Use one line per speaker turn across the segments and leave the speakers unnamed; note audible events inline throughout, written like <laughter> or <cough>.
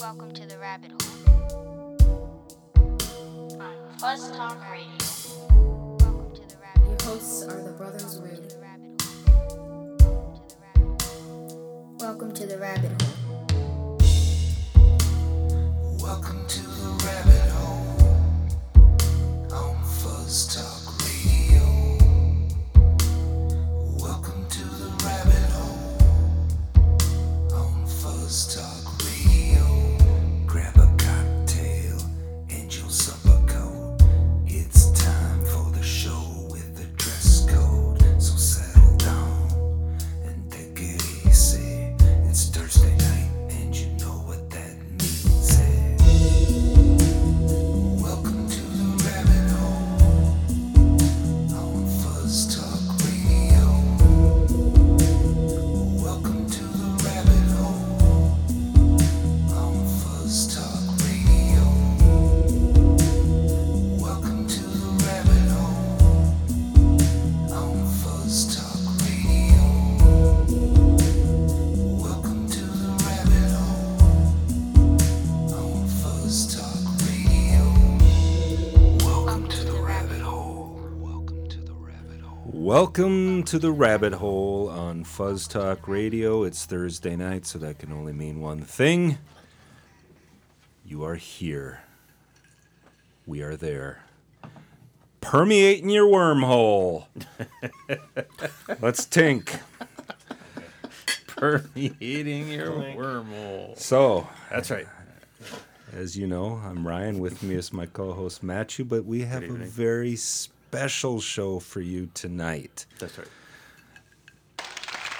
the rabbit hole. On Fuzz Talk Radio. Welcome to the rabbit
Your hosts are the Brothers
Welcome
Wade.
to the rabbit hole.
Welcome to the rabbit hole.
Welcome to the rabbit hole on Fuzz Talk Radio. Welcome to the rabbit hole on Fuzz Talk Radio. Grab a cocktail and your supper coat. It's time for the show with the dress code. So settle down and take it easy. It's Thursday night and you know what that means. eh? Welcome to the rabbit hole on Fuzz Talk Radio. Welcome to the rabbit hole on Fuzz Talk Radio. Welcome to the rabbit hole on Fuzz Talk Radio. Welcome to the rabbit hole on Fuzz Talk Radio. Welcome to the rabbit hole. Welcome to the rabbit hole.
Welcome to the rabbit hole on Fuzz Talk Radio. It's Thursday night, so that can only mean one thing. You are here. We are there. Permeating your
<laughs>
wormhole. Let's tink.
permeating your wormhole.
So,
That's right.
as you know, I'm Ryan. With me is my co host, Matthew, but we have a very special show for you tonight.
That's right.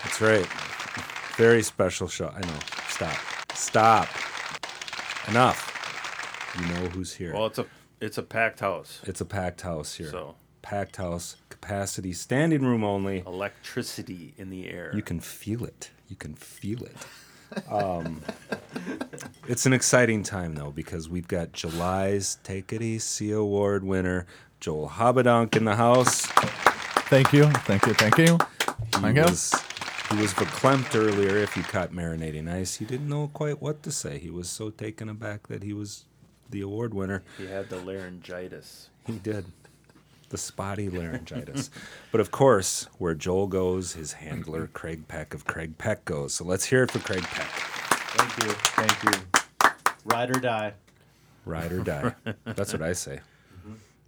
That's right. Very special show. I know. Stop. Stop. Enough. You know who's here.
Well, it's a it's a packed house.
it's a packed house here.
So Oh,
Packed house, capacity, standing room only.
electricity in the air.
You can feel it. You can feel it. Um, <laughs> it's an exciting time though because we've got July's Take It Easy Award winner Joel Habadonk in the house.
Thank you, thank you, thank you.
He
Thank you.
was, he was verklempt earlier if you caught marinating ice. He didn't know quite what to say. He was so taken aback that he was the award winner.
he had the laryngitis.
He did. The spotty laryngitis. but of course, where Joel goes, his handler, Craig Peck of Craig Peck, goes. So let's hear it for Craig Peck.
Thank you. Thank you. Ride or die.
Ride or die. That's what I say.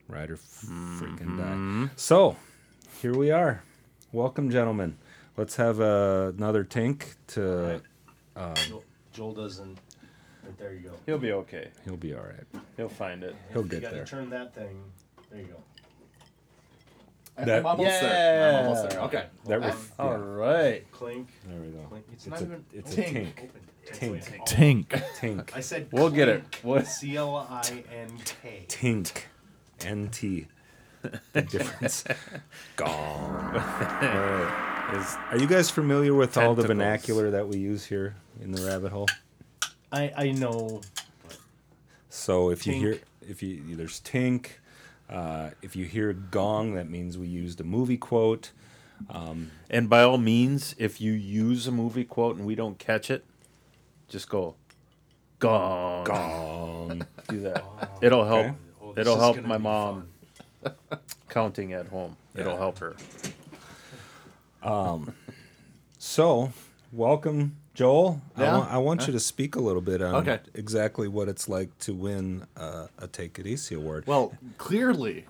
Ride or f- freaking die. So here we are. Welcome, gentlemen. Let's have uh, another tink to.
Joel, Joel doesn't. But there you go.
He'll be okay.
He'll be all right.
He'll find it.
He'll
you
get
gotta
there.
turn that thing. There you go.
That-
I'm almost there. I'm almost there.
Yeah.
Okay.
That ref-
All
yeah,
right.
Clink.
There we go.
Clink.
It's
It's, not
a-
even
it's a
open.
tink.
Open.
Tink.
Tink.
Tink.
Tink.
I said
We'll get it. What-
C L I N K.
Tink. NT. The difference. Gone. Are you guys familiar with all the
Tentacles.
vernacular that we use here in the rabbit hole?
I I know.
So if you
Tink.
hear, if you there's tink, uh, if you hear gong, that means we used a movie quote.
And by all means, if you use a movie quote and we don't catch it, just go gong.
Gong.
Do that. <laughs> It'll help.
Okay.
Oh, this
It'll
is
help
gonna
my
be
mom <laughs> counting at home. It'll
Yeah.
help her.
So, welcome, Joel. I,
Yeah?
wa- I want you to speak a little bit on
Okay.
exactly what it's like to win uh, a Take It Easy award.
Well, clearly,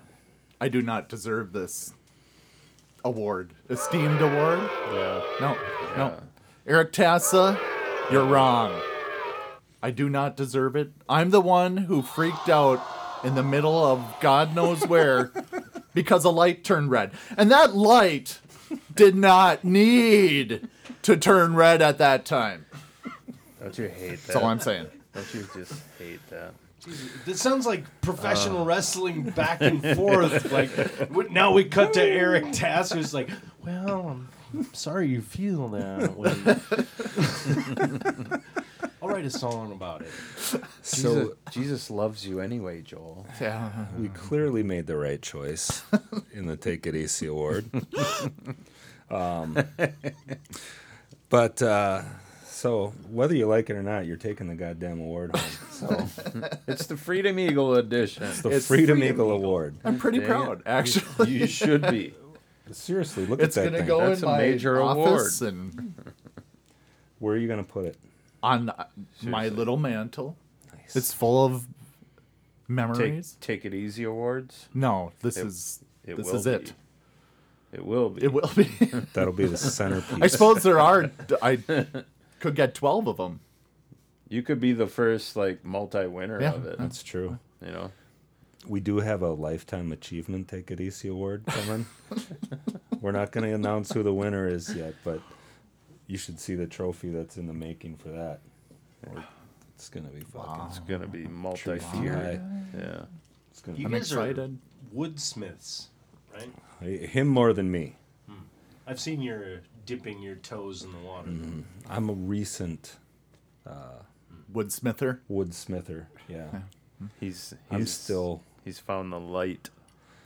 I do not deserve this award, esteemed award.
Yeah.
No, no. Eric Tassa, you're wrong. I do not deserve it. I'm the one who freaked out in the middle of God knows <laughs> where because a light turned red. And that light did not need to turn red at that time.
Don't you hate that?
That's all I'm saying.
Don't you just hate that?
This sounds like
Uh.
professional wrestling
<laughs>
back and forth. Like what- now we cut to Eric Tass, who's like, "Well, I'm sorry you feel that
<laughs>
way. I'll write a song about it."
so
Jesus loves you anyway, Joel.
<laughs> Yeah.
we clearly made the right
<laughs>
choice in the Take It Easy award. um, but uh, So whether you like it or not, you're taking the goddamn award home.
<laughs>
So
It's the Freedom Eagle edition.
the
It's
Freedom,
Freedom
Eagle,
Eagle.
Award.
I'm pretty
Dang it.
proud,
<laughs>
actually.
you should be.
Seriously, look
<laughs> It's
at that
gonna
thing.
go
That's
in
a
my
major
office and
Where are you gonna put it?
on uh, my little mantle. It's full of
Take,
memories.
take it easy awards.
no, this
It-
is
It
this
will
is
be.
it.
It will be.
It will be. <laughs>
That'll be the centerpiece.
I suppose there are.
<laughs>
I could get twelve of them.
you could be the first like multi-winner
Yeah.
of it.
that's true.
You know,
We do have a lifetime achievement Take It Easy award
<laughs>
coming. We're not gonna announce who the winner is yet, but you should see the trophy that's in the making for that. Or It's gonna be fucking.
it's gonna be multi-tiered.
high.
Yeah.
It's gonna
You
I'm
guys
excited.
are woodsmiths, right?
him more than me.
I've seen your dipping your toes in the water.
Mm-hmm.
I'm a recent
Woodsmither.
woodsmither. Yeah,
He's, he's
I'm still.
He's found the light.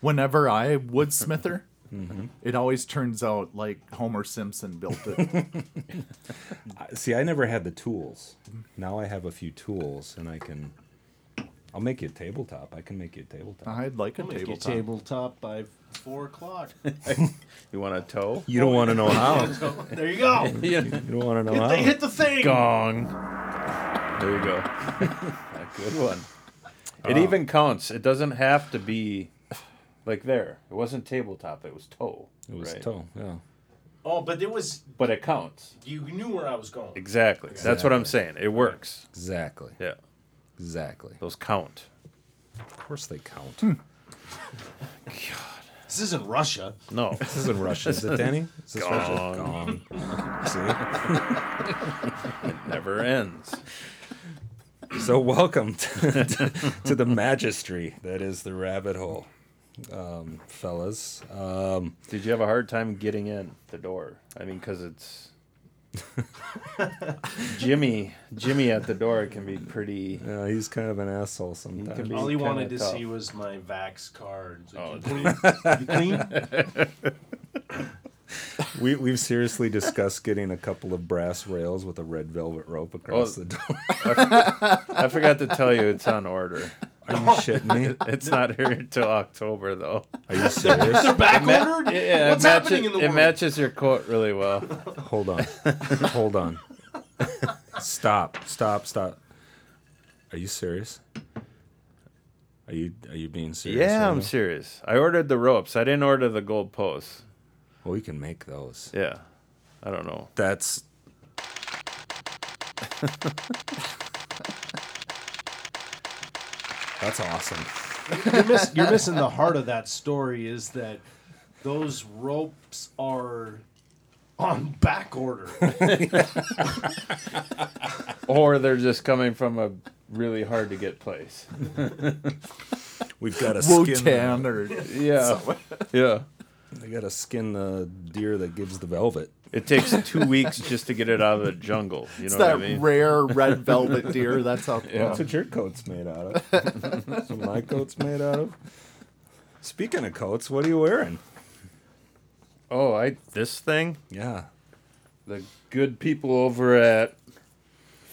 Whenever I woodsmither,
Mm-hmm.
it always turns out like Homer Simpson built it.
I- See, I never had the tools. Now I have a few tools, and I can. I'll make you a tabletop. I can make you a tabletop.
Uh,
I'd like a
I'll make you
tabletop.
tabletop by four
<laughs>
o'clock.
You want
<laughs>
a toe?
You don't
<laughs>
want to know how.
there you go.
yeah.
You don't want to know
Hit the,
how.
hit the thing.
Gong. There you
<laughs>
go. a good one.
Oh.
It even counts. It doesn't have to be like there. It wasn't tabletop. It was toe.
It was
right?
toe. Yeah.
Oh, but it was
But it counts.
you knew where I was going.
Exactly. That's what I'm saying. It works.
Exactly.
Yeah.
Exactly.
Those count.
Of course they count.
This isn't Russia.
<laughs> No.
This isn't Russia, is <laughs> it, Danny? Is this Russia?
Gong.
Gong.
Never ends.
See? So welcome <laughs> to, to, to the magistry that is the rabbit hole, um, fellas. Um,
Did you have a hard time getting in the door? I mean, because <laughs> it's Jimmy. Jimmy at the door can be pretty.
Yeah, uh, he's kind of an asshole sometimes.
can be-
All he
Kinda
wanted to
tough.
see was my Vax card. He's
<laughs> Oh,
Like, you clean? You clean?
We, we've seriously discussed getting a couple of brass rails with a red velvet rope across
Oh.
the door.
I forgot to tell you, it's on order.
Are <laughs> you shitting me?
It's not here until October, though.
Are you serious?
They're back ordered?
Yeah,
What's
it
happening in the
it
world?
matches your coat really <laughs> well.
Hold on. Hold on. Stop. Stop. Stop. Are you serious? Are you are you being serious?
yeah,
right
I'm
now?
serious. I ordered the ropes. I didn't order the gold posts.
Well, we can make those.
Yeah, I don't know.
That's That's awesome.
you're, miss, you're missing the heart of that story is that those ropes are on back order.
Or they're just coming from a really hard to get place.
We've got to skin the,
Wotan or
<laughs> Yeah, yeah.
we got to skin the deer that gives the velvet.
It takes two weeks just to get it out of the jungle. You know
it's
what I
that
mean?
rare red velvet deer.
<laughs>
That's how.
That's what your coat's made out of. <laughs> That's what my coat's made out of. Speaking of coats, what are you wearing?
oh, I this thing.
Yeah.
The good people over at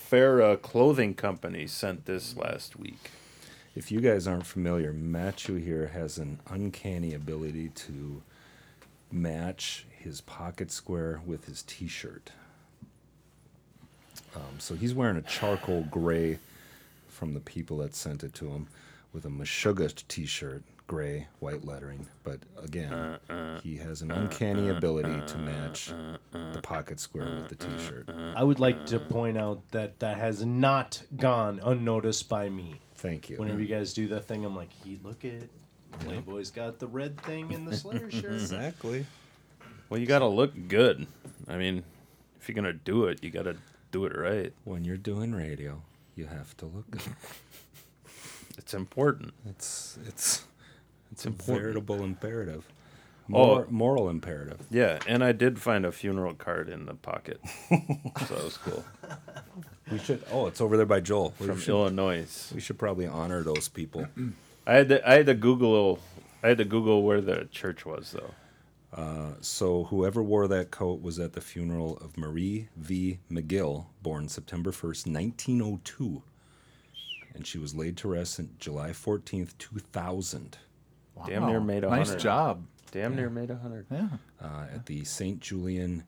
Farah Clothing Company sent this last week.
If you guys aren't familiar, Machu here has an uncanny ability to match his pocket square with his t shirt. Um, so he's wearing a charcoal gray from the people that sent it to him with a Meshuggah t shirt, gray, white lettering. But again, he has an uncanny ability to match the pocket square with the t shirt.
I would like to point out that that has not gone unnoticed by me.
Thank you.
Whenever you guys do that thing, I'm like, he look at Playboy's got the red thing in the Slayer
<laughs>
shirt.
Exactly.
Well, you got to look good. I mean, if you're going to do it, you got to do it right.
When you're doing radio, you have to look. <laughs> good.
It's important.
It's it's
It's
a
important.
veritable imperative.
Oh.
Mor- moral imperative.
Yeah, and I did find a funeral card in the <laughs> pocket. so that was cool.
We should. Oh, it's over there by Joel. We
From
should,
Illinois.
we should probably honor those people.
I had to I had to Google I had to Google where the church was though.
Uh, so whoever wore that coat was at the funeral of Marie V. McGill, born September 1st, 1902. And she was laid to rest on July 14th, 2000,
Damn near
Wow,
made a
Nice
hundred.
job.
Damn near made a hundred.
Yeah.
uh, at the St. Julian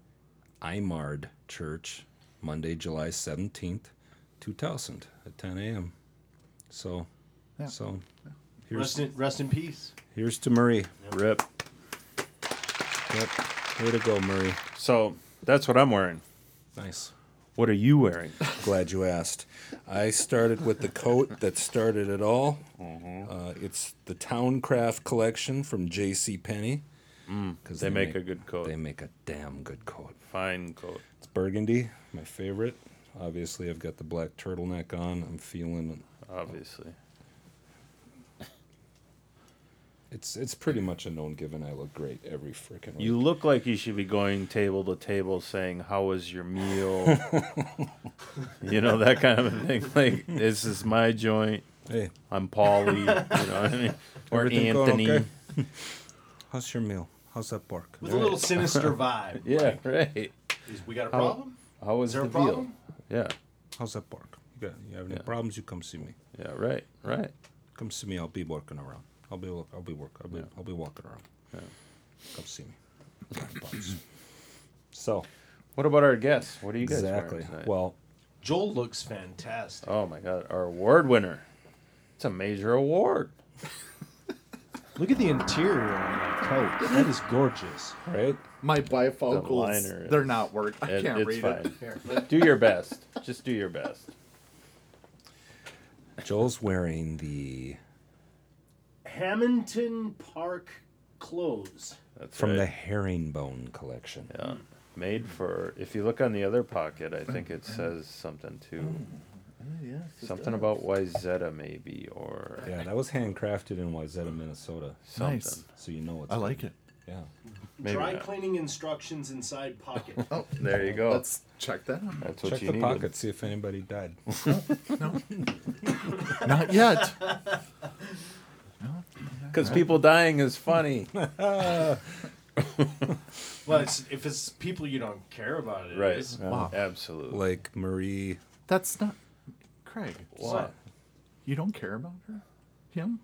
Imard Church, Monday, July 17th, 2000, at 10 a.m. So,
Yeah.
so here's,
Rest in, rest in peace.
here's to Murray.
Rip.
Yep. Way to go, Murray.
So that's what I'm wearing.
Nice.
What are you
<laughs>
wearing?
Glad you asked. I started with the coat that started it all.
Mm-hmm.
Uh, it's the Towncraft collection from J.C. Penney. Because
Mm. They make a good coat.
They make a damn good coat.
Fine coat.
It's burgundy, my favorite. Obviously, I've got the black turtleneck on. I'm feeling
Obviously.
it's it's pretty much a known given. I look great every freaking
You look like you should be going table to table saying, How was
<laughs>
your meal? you know, that kind of a thing. <laughs> Like, this is my joint.
Hey,
I'm Paulie. You know what
<laughs>
I mean? Or
Everything going
Anthony.
okay? how's your meal? How's that bark?
With a little sinister <laughs> vibe.
Yeah, right.
Is- We got a problem?
How was
Is there
the
a
deal?
problem?
Yeah,
How's that bark? You got you have any
Yeah.
problems? You come see me.
yeah, right, right.
Come see me. I'll be working around. I'll be I'll be work. I'll be I'll be walking around. Come see me. Bums. so
What about our guests? What are you guys wearing
exactly.
tonight?
Well,
Joel looks fantastic.
oh my God, our award winner. It's a major award.
Look at the interior on that coat. That is gorgeous.
right?
My
The
bifocals,
liner
they're
is-
not working. I
It-
can't
it's
read it.
fine. do your best. Just do your best.
Joel's wearing the
Hamilton Park clothes.
That's
from the
right.
herringbone collection.
yeah. made for. If you look on the other pocket, I think it says something too.
Oh,
Something about Wyzetta maybe or
Yeah, that was handcrafted in Wayzata, Minnesota.
something.
Nice.
So you know it's
I like it.
Yeah.
Maybe
Dry
not.
cleaning instructions inside <laughs> pocket.
There you go.
Let's check that out.
That's what
Check
you
the
needed.
pocket, see if anybody
<laughs>
died.
Not yet.
Because people dying is
<laughs>
funny.
well, it's, if it's people you don't care about, it
right.
is.
Wow.
Absolutely.
like Marie
That's not. Craig,
What?
you don't care about her? Him?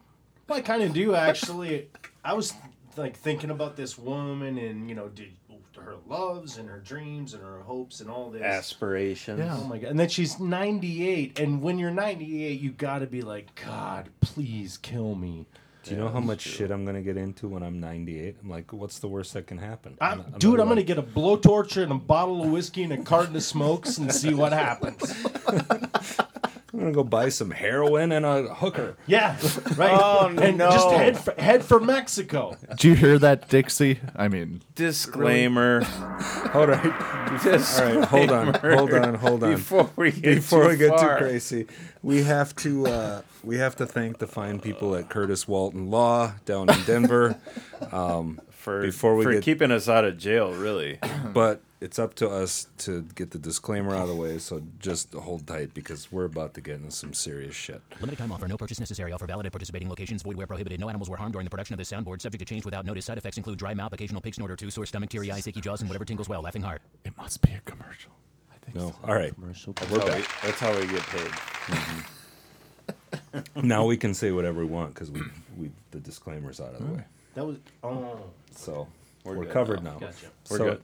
Well, I kind of do actually. I was like thinking about this woman and you know, did her loves and her dreams and her hopes and all this.
Aspirations.
Oh
Yeah.
my god! And then she's ninety eight, and when you're ninety eight, you gotta be like, God, please kill me.
Do you know how much shit I'm gonna get into when I'm 98? I'm like, what's the worst that can happen?
I'm,
not-
dude,
not
I'm gonna
like-
get a blowtorch and a bottle of whiskey and a carton of smokes and see what happens.
I'm gonna go buy some heroin and a
<laughs>
hooker.
Yeah, right.
Oh,
and just
no.
head for, head for Mexico.
Did you hear that, Dixie? I mean,
Disclaimer.
All right, all
<laughs>
right, hold on, hold on, hold on.
Before we get
Before
too
we get
far.
too crazy, we have to uh, we have to thank the fine people at Curtis Walton Law down in
<laughs>
Denver.
for
Before we
for
get-
keeping us out of jail, really.
but it's up to us to get the disclaimer out of the way. So just hold tight because we're about to get into some serious shit.
Limited time offer. No purchase necessary. Offer valid at participating locations. Void where prohibited. No animals were harmed during the production of this soundboard. Subject to change without notice. Side effects include dry mouth, occasional pig snort or two, sore stomach, teary eyes, achy jaws, and whatever tingles well. Laughing hard.
it must be a commercial. I think
No, all right.
That's how, we, that's how we get paid.
Mm-hmm. Now we can say whatever we want because we we the disclaimer's out of
Hmm.
the way.
That was oh,
So
We're
we're,
good
covered now.
Gotcha.
We're
so
good.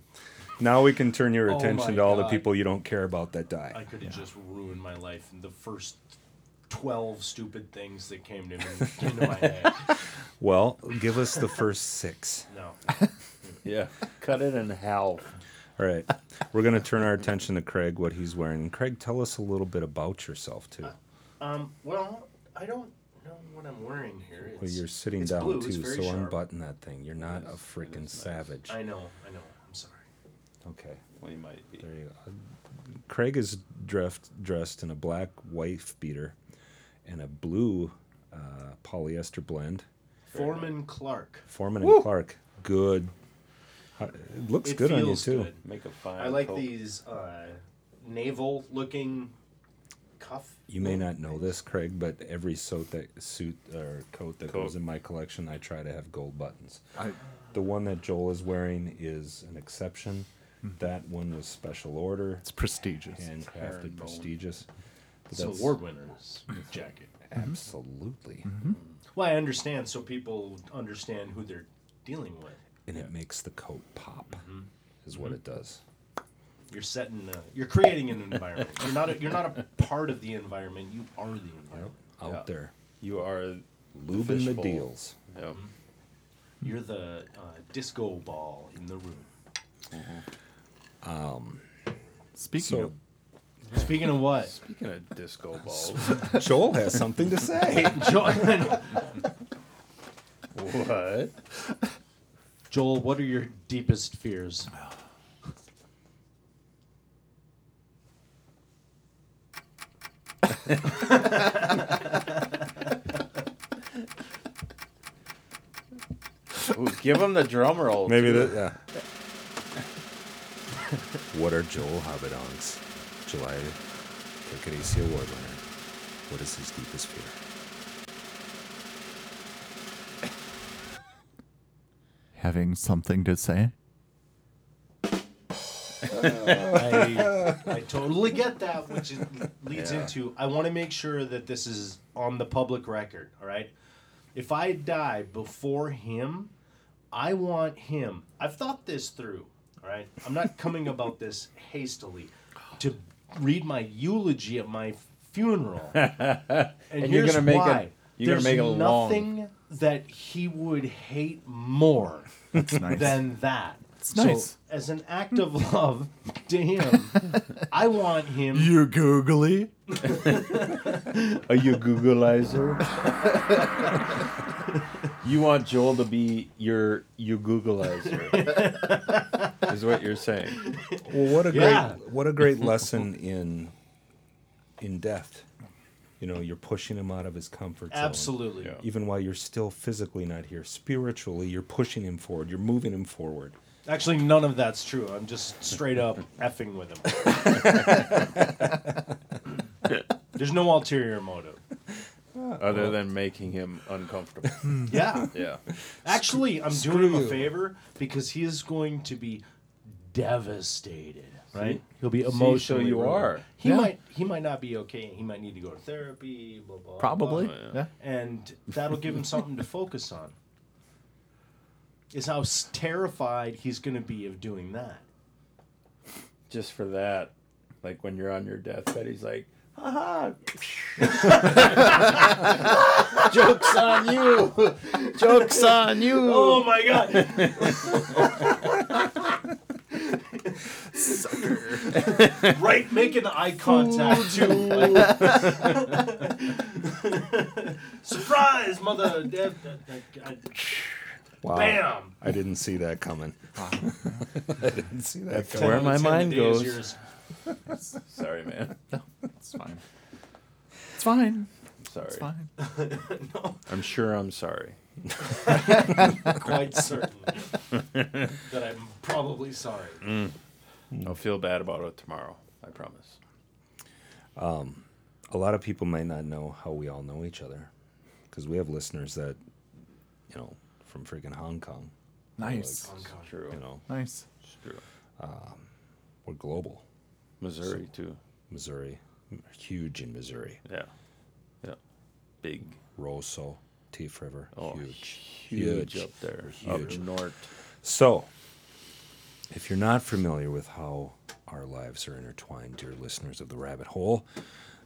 now we can turn your
Oh
attention
my
to all the
God.
people you don't care about that die.
I could have just ruined my life in the first twelve stupid things that came to me into my <laughs> head.
Well, give us the first six.
No,
Yeah. <laughs> Cut it in half.
All right. We're going to turn our attention to Craig, what he's wearing. Craig, tell us a little bit about yourself, too.
um, well, I don't know what I'm wearing here.
Well,
It's-
you're sitting
it's
down,
blue, it's
too,
very
so
sharp.
unbutton that thing. You're not a freaking savage.
I know, I know. I'm sorry.
Okay.
Well, you might be.
There you go. Uh, Craig is dressed dressed in a black wife beater and a blue uh, polyester blend.
Foreman Clark.
Foreman and Clark, good. How- It looks
It
good on you
feels
too.
good.
Make a fine.
I like
coat.
these uh, naval-looking cuff.
You may not know this, Craig, but every suit that suit or coat that goes in my collection, I try to have gold buttons.
I,
The one that Joel is wearing is an exception. That one was special order,
It's prestigious.
Iron
handcrafted,
Bone.
prestigious. But
It's an
that's-
award winner's jacket.
Absolutely.
Well, I understand, so people understand who they're dealing with.
And it makes the coat pop, is what it does.
You're setting, a, you're creating an environment. You're not, a, you're not a part of the environment. You are the environment.
Out
Yeah.
there,
You are
lubing the
fishbowl.
deals.
yeah.
You're the uh, disco ball in the room.
Speaking
So-
of
Speaking of
<laughs>
what,
Speaking of disco balls,
Joel has something to say.
Joel, <laughs>
what?
Joel, what are your deepest fears?
Ooh, give him the drum roll.
Maybe
too.
that. Yeah. <laughs> what are Joel Hobbidon's July Rickety's Award winner? What is his deepest fear?
having something to say.
I, I totally get that, which is, leads into I want to make sure that this is on the public record. All right, if I die before him, I want him. I've thought this through. All right, I'm not coming about this hastily to read my eulogy at my
<laughs>
funeral. And,
you're
here's
gonna make it-
why.
you're gonna
There's
make it long.
nothing that he would hate
<laughs>
more
It's nice.
than that.
It's nice.
So, as an act of love <laughs> to him, I want him.
you googly.
<laughs> Are you a Googleizer? <laughs> you want Joel to be your you <laughs> Googleizer, is what you're saying.
Well, what a
Yeah.
great what a
<laughs>
great lesson in in death. You know, you're pushing him out of his comfort zone.
<laughs> Absolutely.
Yeah.
Even while you're still physically not here, spiritually, you're pushing him forward. You're moving him forward.
Actually, none of that's true. I'm just straight up <laughs> effing with him.
<laughs>
There's no ulterior motive.
Other than making him <laughs> uncomfortable.
Yeah.
Yeah.
<laughs> Actually, I'm doing him
screw
a
you.
favor because he is going to be devastated. Right? He'll be
so
emotional.
you are.
He
Yeah.
might. He might not be okay. He might need to go to therapy. Blah blah. blah.
Probably.
Oh,
yeah.
and that'll
<laughs>
give him something to focus on. Is how s- terrified he's going to be of doing that.
Just for that, like when you're on your deathbed, he's like, haha. Joke's on you. Joke's on <laughs> you.
Oh my god! right, making eye contact too. like- <laughs> Surprise, mother! Dev,
Wow.
bam!
I didn't see that coming. I didn't see that
That's
coming.
where my
Ten
mind
days
goes.
yours.
Sorry, man.
It's fine. It's fine.
Sorry.
It's fine.
I'm sure I'm sorry.
Quite certain that I'm probably sorry.
I'll feel bad about it tomorrow. I promise.
a lot of people might not know how we all know each other because we have listeners that you know from freaking hong kong
Nice.
True.
you know
Nice.
True.
we're global
Missouri too.
missouri m- huge in missouri
Yeah. Yeah. Big.
rosso Thief River,
Oh,
huge,
Huge, up there.
huge.
Up north.
So, if you're not familiar with how our lives are intertwined, dear listeners of the Rabbit Hole,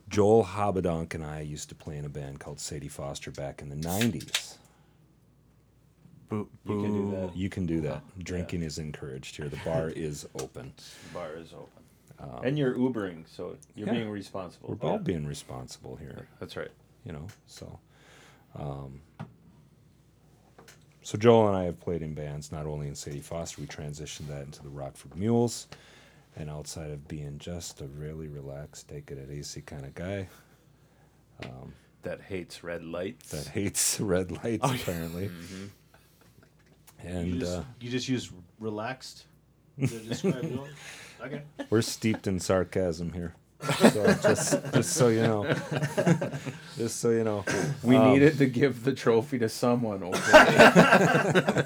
Joel Hobadonk and I used to play in a band called Sadie Foster back in the '90s.
Boo, boo.
You can do that.
You can do that.
Uh-huh.
Drinking is encouraged here. The bar
<laughs>
is open.
The bar is open. and you're Ubering, so you're
Um, yeah.
being responsible.
We're all being responsible here,
That's right.
you know. So, um, so Joel and I have played in bands, not only in Sadie Foster. We transitioned that into the Rockford Mules, and outside of being just a really relaxed, take it at easy kind of guy
That hates red lights.
that <laughs> hates red lights, apparently.
You
And
just,
uh,
Oh, Mm-hmm. you just use relaxed
<laughs>
to describe it all? Okay.
we're steeped in sarcasm here. So just, just so you
<laughs>
know, just so you know, <laughs>
we needed to give the trophy to someone. Okay.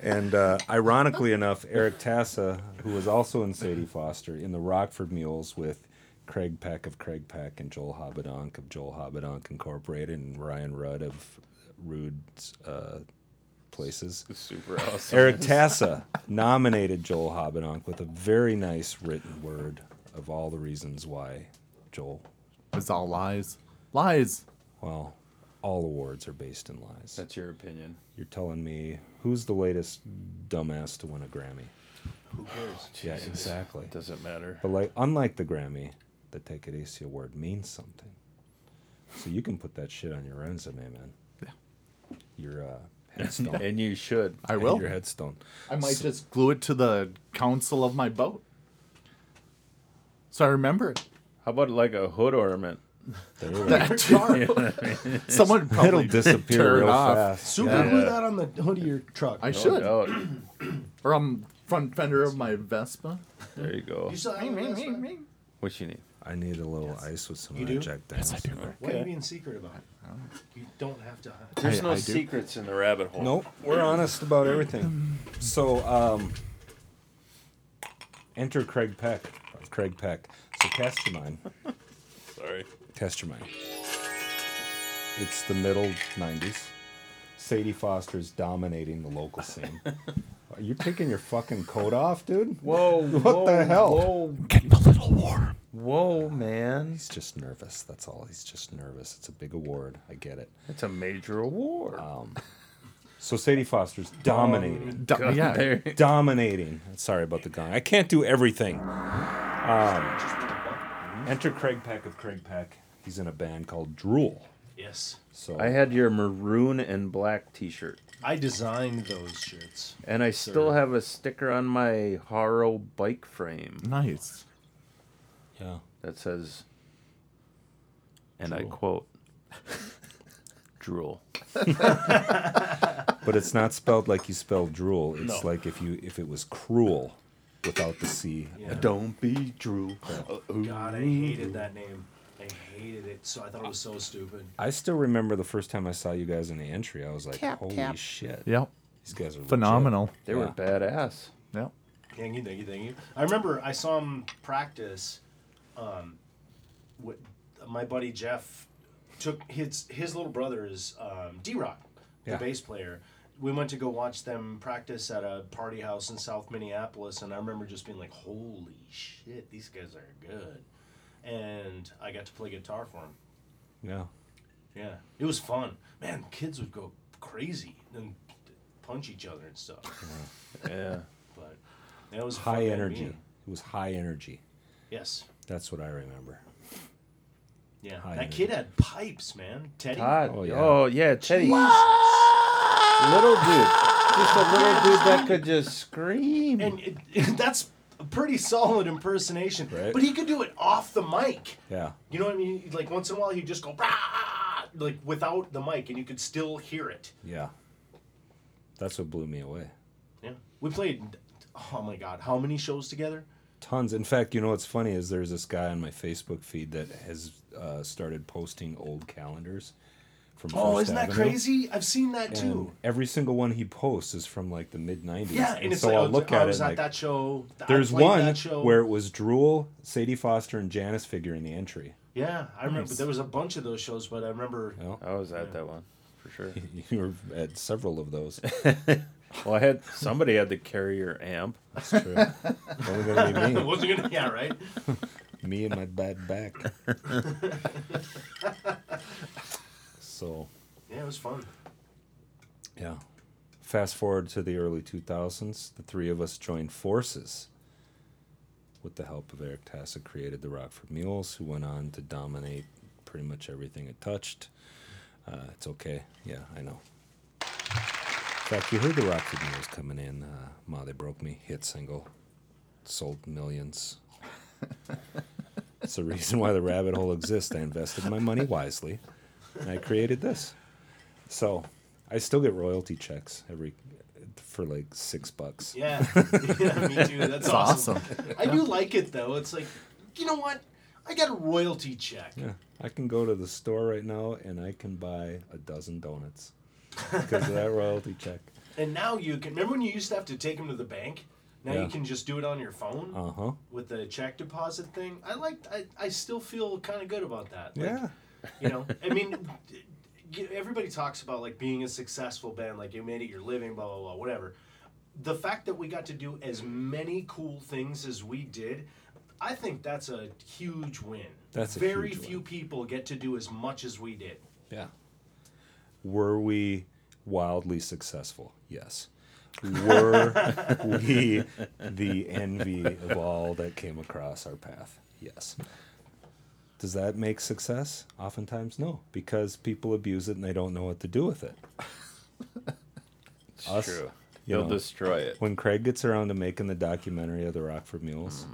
And uh, ironically enough, Eric Tassa, who was also in Sadie Foster, in the Rockford Mules with Craig Peck of Craig Peck and Joel Hobbidonk of Joel Hobbidonk Incorporated and Ryan Rudd of Rude's uh, Places.
Super awesome.
Eric Tassa nominated Joel Hobbidonk with a very nice written word of all the reasons why Joel,
It's all lies. Lies.
well, all awards are based in lies.
That's your opinion.
You're telling me who's the latest dumbass to win a Grammy?
Who cares?
Yeah, exactly.
Doesn't matter.
But like, unlike the Grammy, the Take It Easy Award means something. So you can put that shit on your resume, man. Yeah. Your uh,
<laughs>
headstone.
And you should.
I will.
Your headstone.
I might just glue it to the council of my boat. So I
<laughs>
remember it.
How about like a hood ornament?
There we go.
That jar. <laughs> Someone
<laughs> It'll
probably
disappear
tear it
real
off.
fast.
Super glue that on the hood of your truck.
I
No
<clears throat>
should.
doubt.
Or on front fender of my Vespa.
There you go.
You still have one of those, right?
What you need?
I need a little ice with some
You
you
do?
Jack Daniels.
What are you being secret about? You don't have to hide.
There's no
I do.
secrets in the rabbit hole.
Nope, we're honest about everything. So, um, enter Craig Peck. Craig Peck. So cast your mind.
Sorry.
Test your mind. It's the middle 90s. Sadie Foster's dominating the local
<laughs>
scene. Are you taking your fucking coat off, dude?
Whoa. What
the hell?
Whoa,
Getting a little warm.
whoa, man.
He's just nervous. That's all. He's just nervous. It's a big award. I get it.
That's a major award.
So Sadie Foster's dominating.
D- yeah.
There.
dominating. Sorry about the gong. I can't do everything. Um, enter Craig Peck of Craig Peck. He's in a band called Drool.
Yes.
So
I had your maroon and black T-shirt,
I designed those shirts.
and I still have a sticker on my Haro bike frame
Nice.
yeah,
that says, and I quote, "Drool."
but it's not spelled like you spell drool. It's like if you if it was cruel, without the c.
Don't be drool.
God, I hated that name. I hated it. So I thought it was so stupid.
I still remember the first time I saw you guys in the entry. I was like, holy shit,
Yep.
these guys are legit.
Phenomenal.
They were badass.
Yep.
Thank you, thank you, thank you. I remember I saw him practice. Um, with my buddy Jeff took his his little brother is um, D Rock, the
Yeah.
bass player. We went to go watch them practice at a party house in South Minneapolis, and I remember just being like, "Holy shit, these guys are good!" And I got to play guitar for him.
Yeah,
Yeah, it was fun. Man, kids would go crazy and punch each other and stuff.
Yeah.
But that was a fun
high
band to be
energy.
in.
It was high energy.
Yes.
That's what I remember.
Yeah.
High
that
energy.
kid had pipes, man. Teddy.
Todd.
Oh, yeah.
Oh yeah, Teddy. Little dude. Just a little dude that could just scream.
And it, <laughs> that's a pretty solid impersonation.
Right.
But he could do it off the mic.
Yeah,
You know what I mean? Like once in a while, he'd just go, "Rah!" like without the mic, and you could still hear it.
yeah. That's what blew me away.
Yeah. We played, oh my God, how many shows together?
tons. In fact, you know what's funny is there's this guy on my Facebook feed that has uh, started posting old calendars from.
Oh,
is
isn't that crazy? I've seen that
And
too.
every single one he posts is from like the mid '90s.
Yeah, and, it's
so
like,
I'll
oh,
look
I
at
was
it.
at
and, like,
that show. I
there's
played
one
that show.
where it was Drool, Sadie Foster, and Janice figure in the entry.
Yeah, I remember there was a bunch of those shows, but I remember.
Yeah.
I was at that one for sure.
Oh, <laughs> You were at several of those.
Well, I had somebody had to carry your amp.
That's true. Only gonna
<laughs> It <laughs>
be
wasn't gonna. Yeah, right.
me, <laughs> me and my bad
<laughs>
back. so.
Yeah, it was fun.
Yeah. Fast forward to the early 2000s, the three of us joined forces. With the help of Eric Tassa, created the Rockford Mules, who went on to dominate pretty much everything it touched. Uh, it's okay. Yeah, I know. In fact, you heard the Rockford Mules coming in. Uh, Ma, they broke me. Hit single. Sold millions. it's the reason why the rabbit hole exists. I invested my money wisely, and I created this. So I still get royalty checks every for like six bucks. <laughs>
Yeah, yeah me too. That's
It's
awesome.
awesome.
I do like it though. It's like, you know what? I got a royalty check.
Yeah, I can go to the store right now and I can buy a dozen donuts because of that royalty check.
And now you can remember when you used to have to take them to the bank. Now
Yeah.
you can just do it on your phone
Uh huh.
with the check deposit thing. I like. I, I still feel kind of good about that. Like,
Yeah.
You know, I mean, you- everybody talks about like being a successful band, like you made it your living, blah blah blah, whatever. The fact that we got to do as many cool things as we did, I think that's a huge win.
That's a
very
huge
few
win.
people get to do as much as we did.
Yeah. Were we wildly successful? Yes. Were we the envy of all that came across our path? Yes. Does that make success? Oftentimes, no, because people abuse it and they don't know what to do with it.
It's
Us,
true.
you
You'll
know.
destroy it.
When Craig gets around to making the documentary of the Rockford Mules,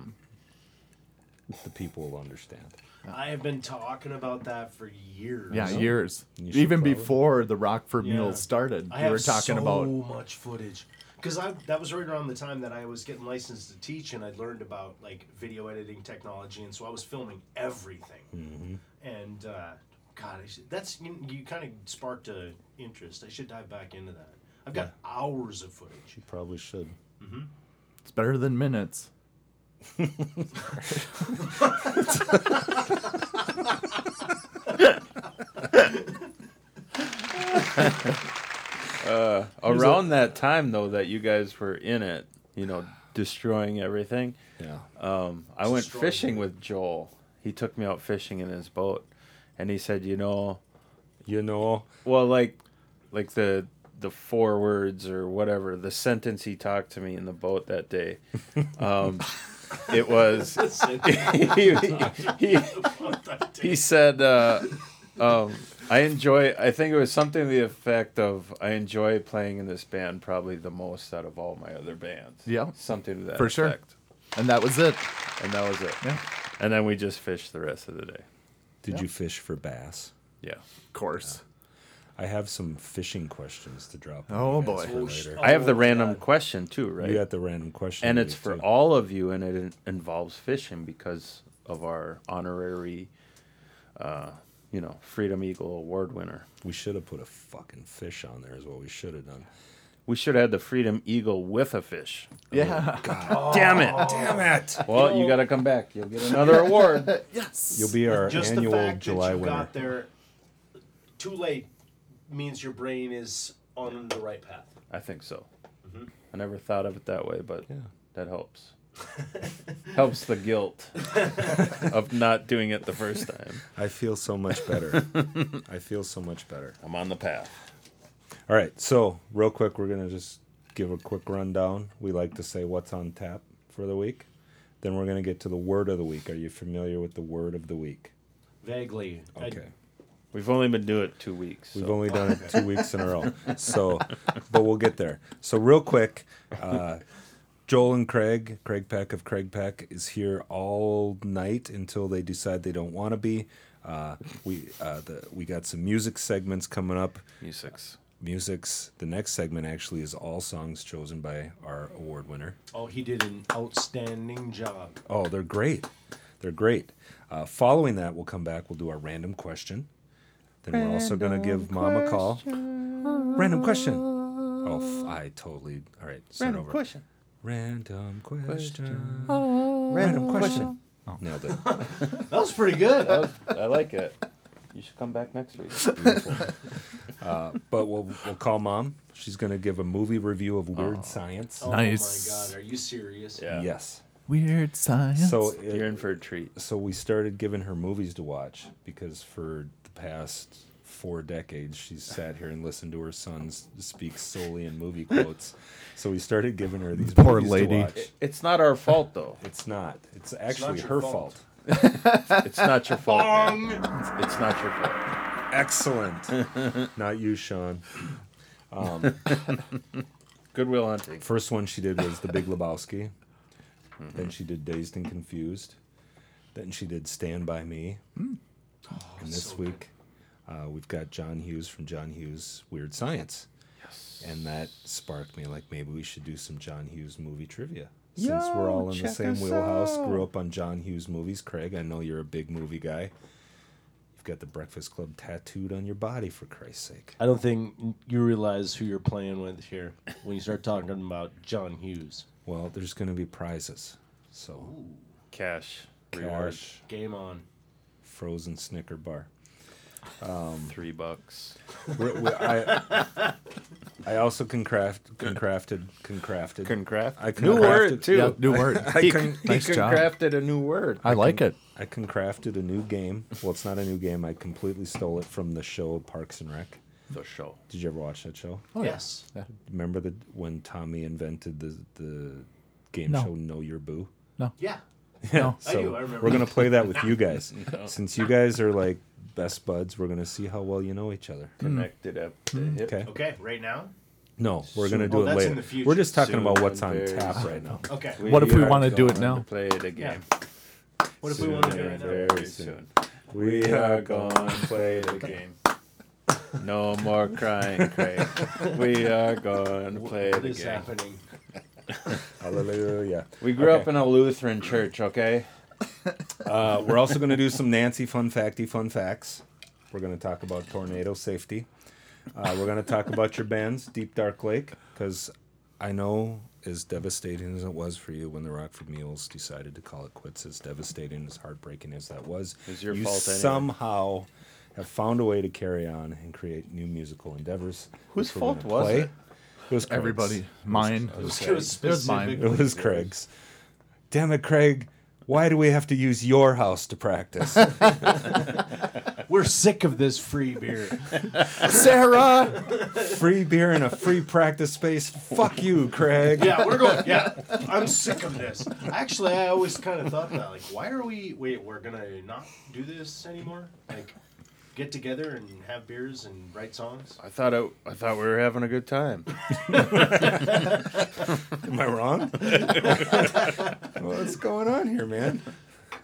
the people will understand.
I have been talking about that for years.
Yeah, years.
You should
Even
probably-
before the Rockford
Yeah.
Mules started,
I
we
have
were talking
so
about
much footage because I that was right around the time that I was getting licensed to teach, and I learned about like video editing technology, and so I was filming everything.
Mm-hmm.
And uh, God, I should, that's you, you kind of sparked a interest. I should dive back into that. I've got hours of footage.
You probably should.
it's better than minutes.
Around that time though that you guys were in it, you know, destroying everything.
Yeah.
Um, I went
Destroying
fishing with Joel. He took me out fishing in his boat, and he said, "You know,
You know,
well, like, like the the four words or whatever the sentence he talked to me in the boat that day. Um, it was he, he, he said, uh, um, I enjoy, I think it was something to the effect of, I enjoy playing in this band probably the most out of all my other bands.
Yeah.
Something to that
For sure.
effect.
And that was it.
And that was it.
Yeah.
And then we just fished the rest of the day.
did you fish for bass?
Yeah.
Of course.
I have some fishing questions to drop. on
Oh,
you guys
boy.
for
Oh, sh-
later.
I have the
Oh,
random
God.
question too, right?
You got the random question,
and
to
it's
do,
for
too.
all of you, and it in- involves fishing because of our honorary, uh, you know, Freedom Eagle Award winner.
We should have put a fucking fish on there. Is what we should have done.
We should have had the Freedom Eagle with a fish.
Yeah.
Damn it! Oh, Damn it! Well, you got to come back. You'll get another <laughs> award.
yes.
You'll be our
Just the
annual
fact
July
that you
winner.
got there too late means your brain is on the right path.
I think so. I never thought of it that way, but that helps. helps the guilt of not doing it the first time.
I feel so much better. I feel so much better.
I'm on the path.
All right, so real quick, we're gonna just give a quick rundown. We like to say what's on tap for the week. Then we're gonna get to the word of the week. Are you familiar with the word of the week?
Vaguely. I-
Okay.
We've only been doing it two weeks.
We've
so-
only done it two weeks in a row. So, but we'll get there. So, real quick, uh, Joel and Craig, Craig Peck of Craig Peck, is here all night until they decide they don't want to be. Uh, we uh, the, we got some music segments coming up.
E Music's.
Music's the next segment actually is all songs chosen by our award winner.
Oh, he did an outstanding job.
Oh, they're great. They're great. Uh, following that, we'll come back. We'll do our random question. Then we're also going to give mom a call. Random question. Oh, f- I totally. All right. Start over. Random question. Oh. Random question. Nailed it.
That was pretty good.
I like it. You should come back next week.
Uh, But we'll, we'll call mom. She's going to give a movie review of Weird Science.
Oh
Nice.
my god, are you serious?
Yeah.
Yes.
Weird science.
So uh,
You're
it,
in for a treat.
so we started giving her movies to watch because for the past four decades she's sat here and listened to her sons speak solely in movie quotes. So we started giving her these
Poor
movies
lady.
To watch.
It's not our fault though.
It's not. It's actually
your
her
fault.
fault.
It's not your fault.
Um.
man. It's not your fault.
Excellent. not you, Sean.
Goodwill hunting.
First one she did was The Big Lebowski. Then she did Dazed and Confused. Then she did Stand By Me. and this
so
week, uh, we've got John Hughes from John Hughes Weird Science. Yes. And that sparked me like maybe we should do some John Hughes movie trivia. Since we're all in the same wheelhouse, grew up on John Hughes movies. Craig, I know you're a big movie guy. You've got the Breakfast Club tattooed on your body, for Christ's sake.
I don't think you realize who you're playing with here when you start talking about John Hughes.
Well, there's going to be prizes. So,
Cash. Reward.
cash,
Game on.
frozen Snicker bar.
Three bucks.
We're- we- I, I also concraft, concrafted, concrafted.
Concraft.
I
new
concrafted-
word, too.
Yeah, new word.
I, con-
He
Nice job.
concrafted a new word.
I like it.
I concrafted a new game. Well, it's not a new game. I completely stole it from the show Parks and Rec.
The show.
Did you ever watch that show?
yes.
Remember the when Tommy invented the the game
No.
show Know Your Boo?
Yeah.
No.
I do, I remember.
We're gonna play that with
<laughs>
you guys. Since you guys are like best buds, we're gonna see how well you know each other.
Connected up the hip.
Okay.
Okay, right now?
No, we're gonna
Soon.
do
Oh,
it
that's
later.
in the future.
We're just talking
Soon
about what's
and
on
very
tap right now.
Okay.
What if we
are
wanna do it
going
now?
To play it again.
What if we want to do it now?
Very soon. We are going to play the game. No more crying, Craig. We are going to play
What
the
is
game.
happening?
Hallelujah.
We grew up in a Lutheran church, okay?
Uh, we're also going to do some Nancy fun facty fun facts. We're going to talk about tornado safety. Uh, we're going to talk about your bands, Deep Dark Lake, because I know as devastating as it was for you when the Rockford Mules decided to call it quits, as devastating as heartbreaking as that was,
was your
you
fault anyway.
somehow have found a way to carry on and create new musical endeavors.
Whose
which we're gonna
fault was
play.
it?
It was Craig's.
Everybody. Mine.
It was
It was mine.
specific.
It was Craig's. Damn it, Craig. Why do we have to use your house to <laughs> practice?
We're sick of this free beer.
Sarah!
free beer and a free practice space. Fuck you, Craig.
<laughs> yeah, we're going. Yeah, <laughs> I'm sick of this. Actually, I always kind of thought that. Like, why are we? Wait, we're gonna not do this anymore? Like, get together and have beers and write songs.
I thought it, I thought we were having a good <laughs> time.
Am I <laughs> wrong? What's going on here, man?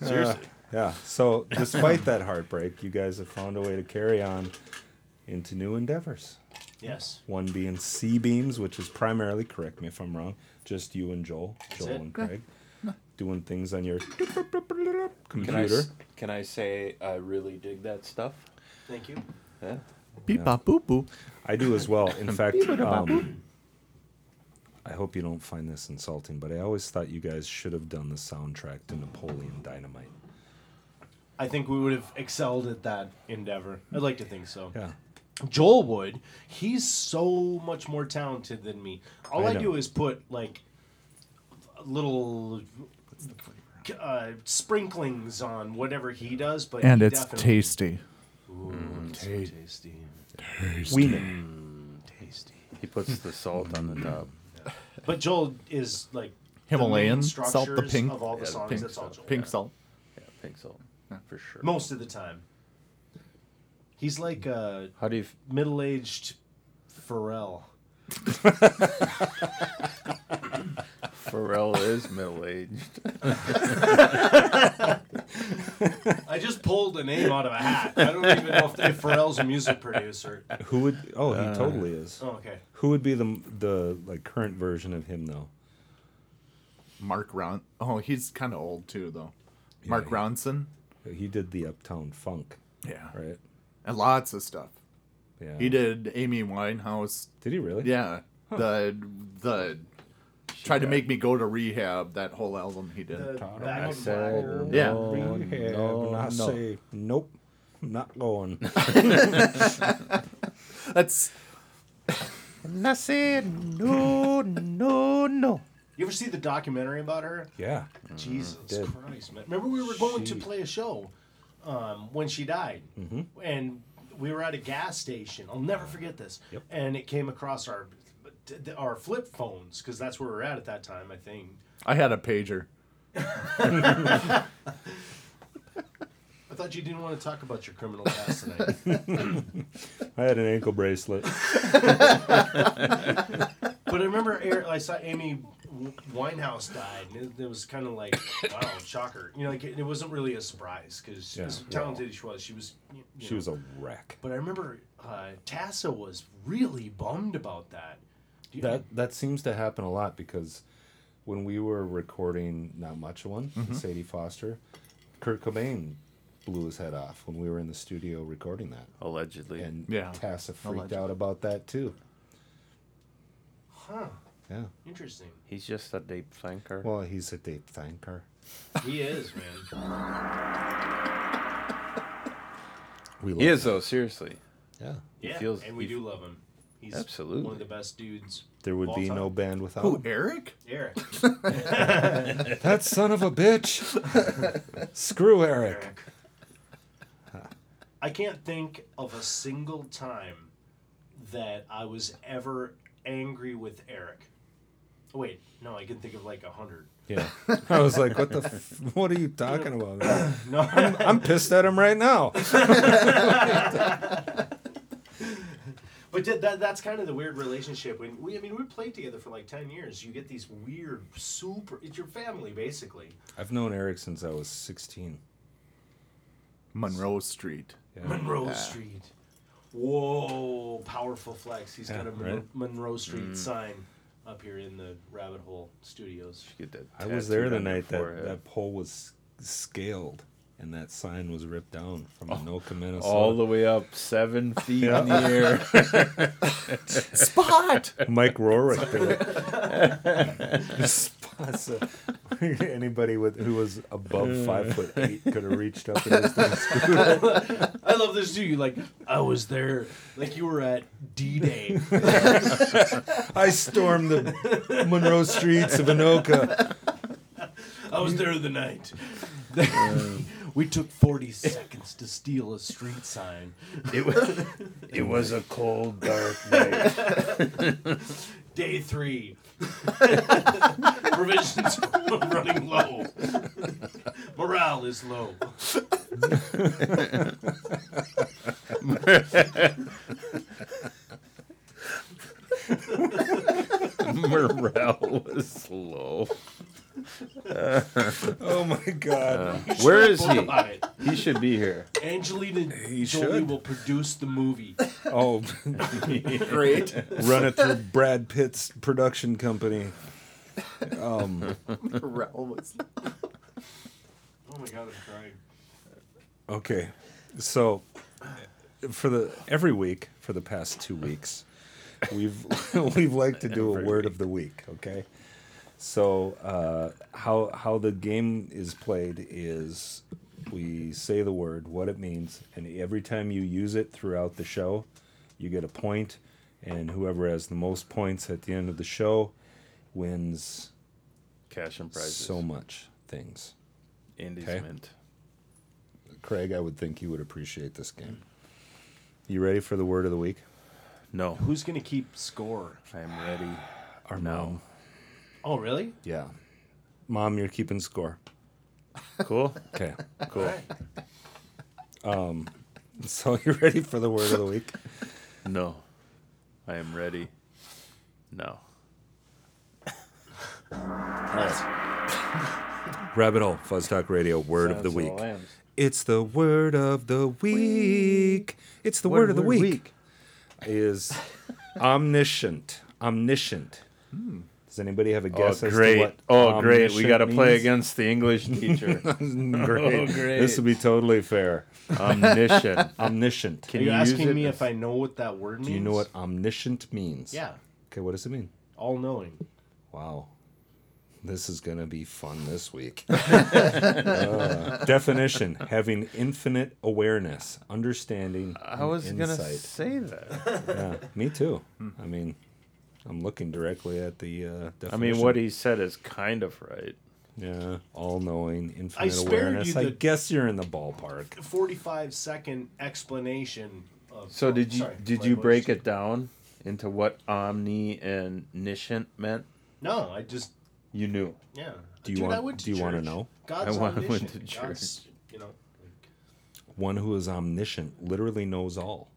Seriously.
Uh,
yeah. So, despite that heartbreak, you guys have found a way to carry on into new endeavors.
Yes.
One being C beams, which is primarily, correct me if I'm wrong, just you and Joel, Joel
it.
and Craig, doing things on your
Can I,
computer.
s- can I say I really dig that stuff?
Thank you.
Yeah.
Beep bop boop boop.
I do as well. In fact, um, I hope you don't find this insulting, but I always thought you guys should have done the soundtrack to Napoleon Dynamite.
I think we would have excelled at that endeavor. I'd like to think so.
Yeah.
Joel would. He's so much more talented than me. All
I
I,
know.
do is put like little uh, sprinklings on whatever he does, but
And
he
it's
definitely-
tasty. Mm,
Ooh, it's so tasty,
We know.
tasty.
He puts the salt on the top.
But Joel is like the
Himalayan
main
salt, the
structures
pink-
of all the
yeah, the
songs.
pink
that's all Joel.
Pink salt.
Yeah, pink salt. For sure.
Most of the time, he's like uh, a
How do you. F-
middle-aged Pharrell.
Pharrell is middle aged.
I just pulled a name out of a hat. I don't even know if, if Pharrell's a music producer.
Who would? Oh, he
Uh,
totally is.
Oh, okay.
Who would be the the like current version of him though?
Mark Ron. Oh, he's kind of old too, though. Mark Ronson.
He did the Uptown Funk,
Yeah.
right?
And lots of stuff.
Yeah.
He did Amy Winehouse.
Did he really?
Yeah. The the tried to make me go to rehab. That whole album he did.
The back
I
of
said,
black.
yeah.
Oh.
no,
Rehab,
no,
and I
no.
say nope, not
<laughs>
going.
That's
And I said, no, no, no.
You ever see the documentary about her?
yeah.
Jesus
Mm, Did.
Christ, man! Remember we were going to play a show um, when she died,
Mm-hmm.
and we were at a gas station. I'll never forget this.
Yep.
And it came across our our flip phones because that's where we were at at that time. I think.
I had a pager.
I thought you didn't want to talk about your criminal past tonight.
I had an ankle bracelet.
But I remember Eric, I saw Amy W- Winehouse died, and it, it was kind of like, wow, shocker. You know, like it, it wasn't really a surprise because
Yeah.
as talented as she was, she was. You you
She
know.
was a wreck.
But I remember uh, Tassa was really bummed about that. Do you-
That that seems to happen a lot because Mm-hmm. when we were recording Not Much One, Sadie Foster, Kurt Cobain blew his head off when we were in the studio recording that.
allegedly.
And
Yeah.
Tassa freaked
Allegedly.
out about that too.
Huh.
Yeah.
Interesting.
He's just a deep thinker.
Well, he's a deep thinker.
He is, man.
We
he
love
is though. Seriously,
him. Yeah.
Yeah,
feels-
and we
he-
do love him. He's
Absolutely.
one of the best dudes.
There would
of all
be
time.
no band without
Who,
him.
Eric?
Eric.
That son of a <laughs> bitch. Screw Eric.
Eric. I can't think of a single time that I was ever angry with Eric. Oh, wait, no, I can think of like a hundred.
Yeah. I was like, what the f- what are you talking <laughs> about?
<laughs> No,
I'm pissed at him right now.
but that, that, that's kind of the weird relationship. When we, I mean, we played together for like ten years. You get these weird, super. It's your family, basically.
I've known Eric since I was 16.
Monroe Street.
Monroe Street. Whoa, powerful flex. He's got a Mon-
right?
Monroe Street sign up here in the Rabbit Hole Studios.
Get that
I was there
tattooed
the
on your
night that
forehead.
that pole was scaled and that sign was ripped down from Anoka, Minnesota.
Oh, all the way up <laughs> seven feet
<laughs>
in the air.
Spot!
Mike Rorick did it. Espasa. <laughs> Anybody with who was above five foot eight <laughs> could have reached up and just done screw
<laughs> I love this too. You like, I was there. Like you were at D <laughs> Day.
I stormed the Monroe streets of Anoka.
I was there the night. <laughs> we took 40 seconds to steal a street sign.
it was it was a <laughs> cold, dark night.
Day three. <laughs> Provisions are running low. Morale is low.
Morale was low.
Oh my god.
Where is
Think
he?
about it.
Uh, He should be here.
Angelina Jolie
should.
will produce the movie.
<laughs>
Oh,
Great.
run it through Brad Pitt's production company.
Oh my god, I'm crying.
Okay, so for the every week for the past two weeks, we've <laughs> we've liked to do a word of the week. Okay, so uh, how how the game is played is we say the word, what it means, and every time you use it throughout the show, you get a point, and whoever has the most points at the end of the show wins
Cash and prizes.
so much things.
Indies
okay.
mint.
Craig, I would think you would appreciate this game. You ready for the word of the week?
No,
Who's gonna keep score?
I'm ready.
Our
No.
Oh really?
Yeah. Mom, you're keeping score.
Cool.
Okay, cool. Um, so you ready for the word of the week?
No, I am ready. No.
Rabbit Hole, Fuzz Talk Radio, word of the week. It's the word of the week. It's the word, of the week. Is omniscient. Omniscient.
Hmm.
Does anybody have a
Oh
guess as to
great!
what
Oh great! We
omniscient
got to play
means?
against the English <laughs> teacher.
<laughs> great.
Oh, great.
This would be totally fair.
<laughs> Omniscient.
Omniscient.
Can
Are you
use it?
asking me if I know what that word means?
Do Uh, you know what omniscient means?
Yeah.
Okay, what does it mean?
All knowing.
Wow. This is going to be fun this
<laughs>
week. Uh, definition having infinite awareness, understanding,
I was
and
gonna
insight.
say <laughs> that.
Yeah, me too.
Hmm.
I mean, I'm looking directly at the uh, definition.
I mean, what he said is kind of right.
Yeah, all knowing,
I
infinite
spared you
awareness. I
the-
guess you're in the ballpark.
Forty-five second explanation. Of,
So
oh,
did you
sorry,
did
right
you
voice.
break it down into what omni and niscient meant?
No, I just
You knew.
yeah.
Do you
Dude, I
want-
went to
do you wanna
church.
know?
God's
I wanna went
omniscient.
to church.
God's, you know. like-
One who is omniscient literally knows all.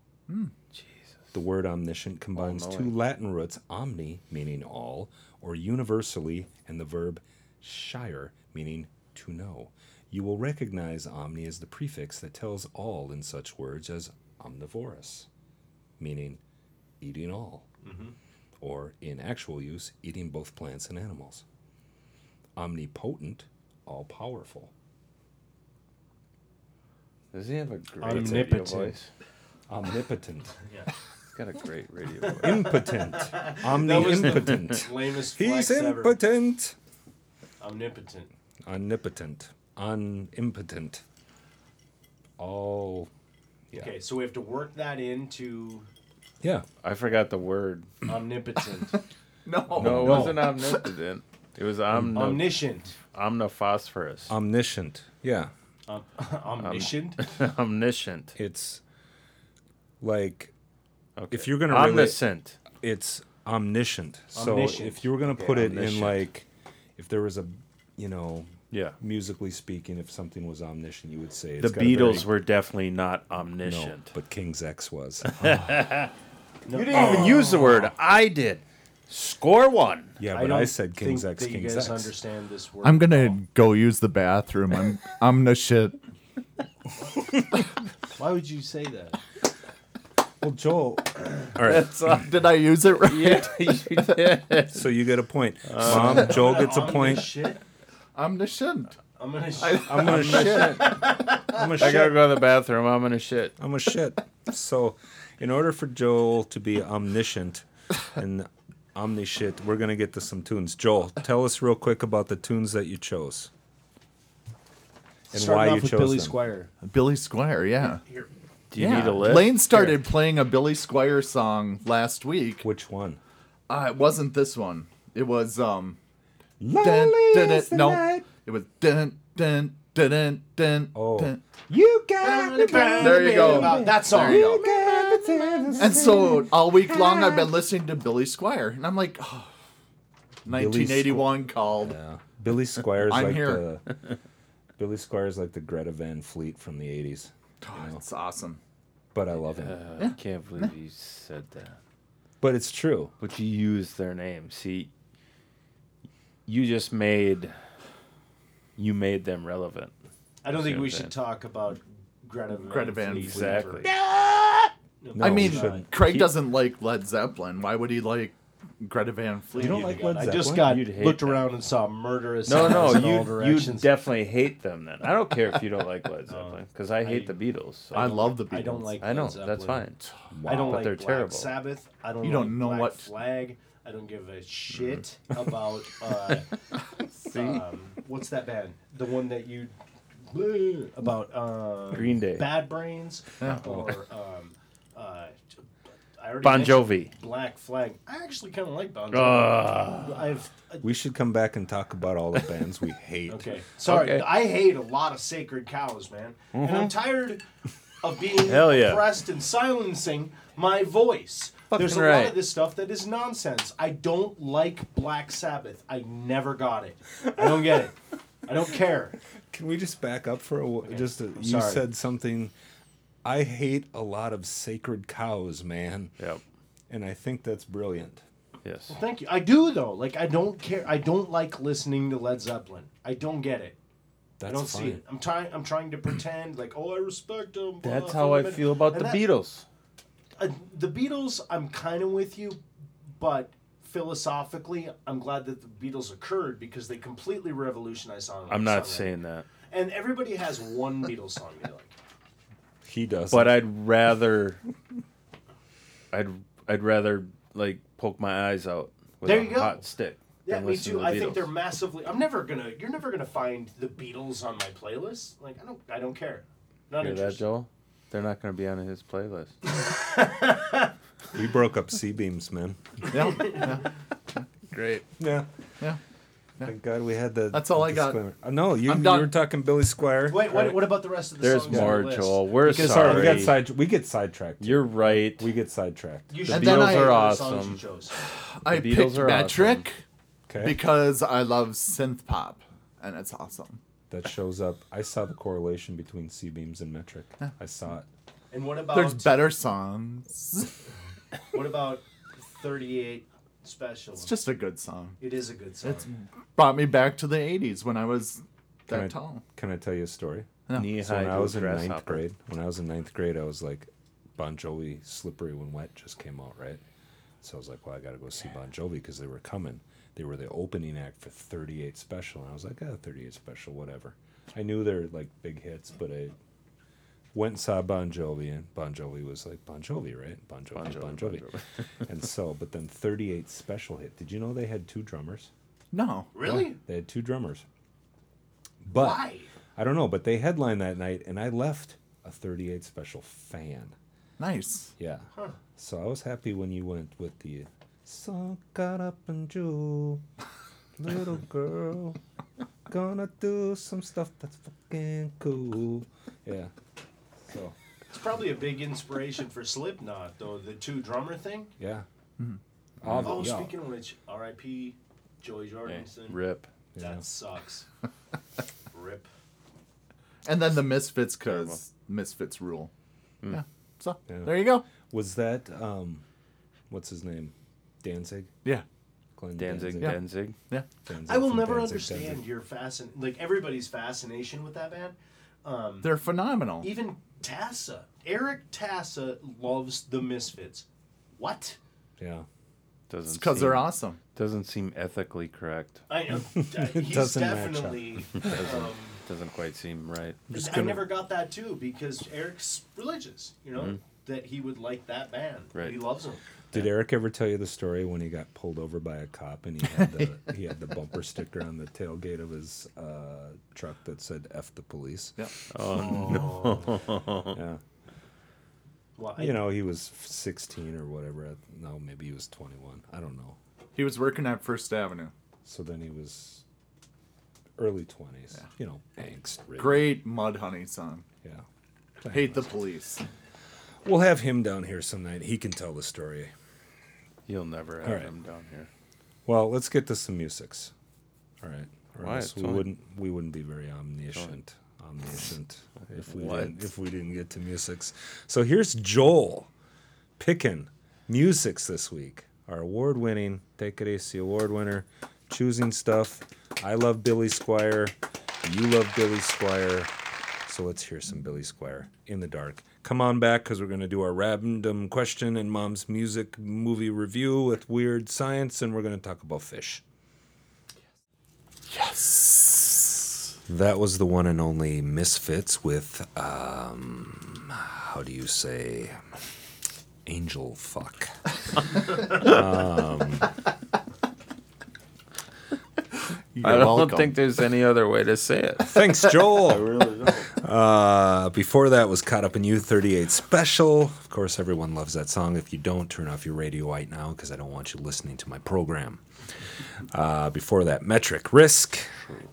The word omniscient combines two
All-knowing.
Latin roots, omni, meaning all, or universally, and the verb shire, meaning to know. You will recognize omni as the prefix that tells all in such words as omnivorous, meaning eating all, or in actual use, eating both plants and animals. Omnipotent, all powerful.
Does he have a great radio
Omnipotent.
voice?
Omnipotent.
He's got a great radio voice.
Impotent.
was the-
Omnipotent.
Lamest flex
He's
ever.
impotent.
Omnipotent.
Omnipotent. Unimpotent. All. Yeah.
Okay, so we have to work
<laughs>
that into
Yeah.
I forgot the word.
omnipotent,
No.
No, it wasn't omnipotent. It was omni-
omniscient,
omniphosphorus.
Omniscient. Yeah. <laughs>
um, omniscient.
<laughs> Omniscient.
It's like
Okay.
If you're gonna relate-
omniscient,
it's omniscient. So
Omniscient.
if you were going to put it in
omniscient.
like if there was a, you know,
yeah.
musically speaking, if something was omniscient, you would say
The
it's got a
Beatles
very-
were definitely not
No,
omniscient.
but King's X was. Uh,
No,
you didn't even use the word. I did. Score one.
Yeah, but I, said King's
think
X,
that
King's
you
X.
guys understand this word.
I'm gonna go use the bathroom. I'm I'm gonna shit.
Why would you
<laughs>
say that?
Well, Joel. All right,
Did I use it right?
so you get a point. Mom, Joel gets a point.
Omniscient?
I'm the shit.
I'm gonna. Sh-
I'm gonna shit. I'm gonna
I gotta
shit.
go to the bathroom. I'm gonna shit.
I'm gonna shit. So, in order for Joel to be omniscient
Uh,
and omniscient, we're gonna get to some tunes. Joel, tell us real quick about the tunes that you chose and
Starting
why
off
you
with
chose
Billy
them. <laughs>
Squire.
Billy Squire, yeah.
Do you
Yeah.
need a list?
Lane started playing a Billy Squire song last week.
Which one?
Uh, it wasn't this one. It was um. Dun,
Lonely
dun, dun,
is the
no,
night
it was dun dun dun dun dun.
Oh.
dun.
You got the
There you go.
About that song.
There you go.
got the
And so all week long, I've been listening to Billy Squire, and I'm like, oh, 1981 called.
Yeah. Billy Squire's
I'm
like
here.
the Billy Squire's like the Greta Van Fleet from the '80s,
Oh, it's awesome.
but I love him.
Uh, I can't believe you said that.
But it's true.
But you used their name. See, you just made you made them relevant.
I don't think
Same
we
thing.
should talk about Greta Van
Greta Van
Fleet.
Fleet.
Exactly.
No,
I
we
mean,
shouldn't.
Craig doesn't like Led Zeppelin. Why would he like Greta Van Fleet?
You don't like Led
I
Zeppelin.
just got
You'd hate
looked
that.
around and saw murderous.
No,
eyes
no,
in all
you you
directions.
definitely hate them then. I don't care if you don't like <laughs> Led Zeppelin because Oh. I hate the Beatles. so-
I love the Beatles.
I don't like.
I know
Led Zeppelin.
that's fine.
I don't
But
like
they're
Black
terrible.
Sabbath. I don't.
You don't
like
know
Black
what-
flag. I don't give
Mm. <laughs>
a shit about. Uh, um, what's that band? The one that you bleh, about um,
Green Day.
Bad Brains, or um, uh, I
Oh.
already
Bon
mentioned
Jovi.
Black Flag. I actually kind of like Bon Jovi.
Ugh.
I've
We should come back and talk about all the bands we hate.
Okay. Sorry,
Okay. Mm-hmm.
I hate a lot of sacred cows, man. And I'm tired of
<laughs>
being
Hell yeah.
oppressed and silencing my voice. There's a
Fucking
lot
right.
of this stuff that is nonsense. I don't like Black Sabbath. I never got it. I
<laughs>
don't get it. I don't care.
Can we just back up for a w- just? A, you
sorry.
said something. I hate a lot of sacred cows, man,
Yep.
and I think that's brilliant.
Yes.
Thank you. I do though. Like I don't care. I don't like listening to Led Zeppelin. I don't get it.
That's
I don't
fine.
see it. I'm trying. I'm trying to pretend like, oh, I respect them.
That's how I feel about the Beatles.
uh, the Beatles, I'm kind of with you, but philosophically, I'm glad that the Beatles occurred because they completely revolutionized song.
I'm not
songwriting.
saying that,
And everybody has one Beatles song
<laughs>
they like.
He does.
uh,
but I'd rather. I'd I'd rather like poke my eyes out with
There
a
you go.
hot stick.
Yeah,
than
me
listen to
too.
the
I think
Beatles.
they're massively. I'm never gonna. You're never gonna find the Beatles on my playlist. Like I don't. I don't care. Not
Hear that,
interested.
Joel? They're not going to be on his playlist.
we broke up Sea Beams, man.
Yeah, <laughs> yeah,
Great.
Yeah.
yeah.
Thank God we had the.
That's all I got.
disclaimer. Uh, no,
<laughs>
you,
I'm
you
done.
were talking Billy Squire.
Wait, what, what about the rest of the
There's
songs?
more,
on the list?
Joel. We're
Because
sorry.
sorry, we got side we get sidetracked.
You're right.
we get sidetracked.
You
the
should
Beatles
know
are
the songs
awesome.
You chose.
I
Beatles
picked
are
Metric
Okay,
because I love synth pop, and it's awesome.
that shows up. I saw the correlation between C beams and metric. I saw it.
And what about
There's better songs.
what about 38 special?
It's just a good song.
it is a good song.
It's brought me back to the 80s when I was that
Can I,
tall.
can I tell you a story?
Knee
So when
high
I
to a
was in ninth
grasshopper.
grade, when I was in ninth grade, I was like, Bon Jovi, "Slippery When Wet" just came out, right? So I was like, well, I got to go see Bon Jovi because they were coming. They were the opening act for 38 Special, and I was like, ah, 38 Special, whatever. I knew they're like big hits, but I, went and saw Bon Jovi, and Bon Jovi was like Bon Jovi, right? Bon Jovi, Bon
Bon
Jovi,
Jovi, Bon <laughs>
and so, but then 38 Special hit. Did you know they had two drummers?
No.
Really?
They had two drummers. But
Why?
I don't know, but they headlined that night, and I left a 38 Special fan.
Nice.
Yeah. So I was happy when you went with the song "Got Up and
<laughs>
Jewel, little girl, gonna do some stuff that's fucking cool." Yeah. So
It's probably a big inspiration for Slipknot, though the two drummer thing.
yeah. All the-
Oh,
yeah.
speaking of which, R.I.P. Joey
Yeah.
Jordanson.
Rip.
Yeah. <laughs>
That sucks. Rip.
And then the Misfits, because Misfits rule. Hmm. Yeah. So there you go.
Was that um, what's his name, Danzig?
Yeah.
Glenn
Danzig,
Yeah.
Danzig.
Yeah.
Danzig
I will
from
never
Danzig,
understand
Danzig.
your fascin like everybody's fascination with that band.
They're phenomenal.
Even Tassa. Eric Tassa loves the Misfits. What?
Yeah.
Doesn't
It's because
seem-
they're awesome.
Doesn't seem ethically correct.
I
<laughs>
know. He's
Doesn't match up.
definitely.
<laughs>
um,
Doesn't quite seem right.
I never got that too because Eric's religious. You know
Mm-hmm.
that he would like that band.
Right.
He loves them.
Did Eric ever tell you the story when he got pulled over by a cop and he had the he had the bumper sticker on the tailgate of his uh, truck that said "F the police"?
Yeah.
Oh.
Yeah.
Well, I,
You know, he was 16 or whatever. at- No, maybe he was 21. I don't know.
He was working at First Avenue.
So then he was early 20s. You know, angst. ridden.
Great Mud Honey song.
Yeah.
Hate the police.
We'll have him down here some night. He can tell the story.
You'll never have
All right.
them down here.
Well, let's get to some musics. All right. Or
Why?
else
It's
we
only-
wouldn't we wouldn't be very omniscient. Omniscient if we
What?
didn't if we didn't get to musics. So here's Joel picking musics this week. Our award winning Take It Easy award winner, choosing stuff. I love Billy Squire. You love Billy Squire. So let's hear some Billy Squire in the dark. Come on back because we're going to do our random question and mom's music movie review with weird science, and we're going to talk about fish. That was the one and only Misfits with, um, how do you say, angel fuck.
You're
I don't
welcome.
think there's any other way to say it.
Thanks, Joel. <laughs> I really Uh, before that was Caught Up in You 38 Special. Of course, everyone loves that song. If you don't, turn off your radio right now because I don't want you listening to my program. Uh, before that, Metric Risk.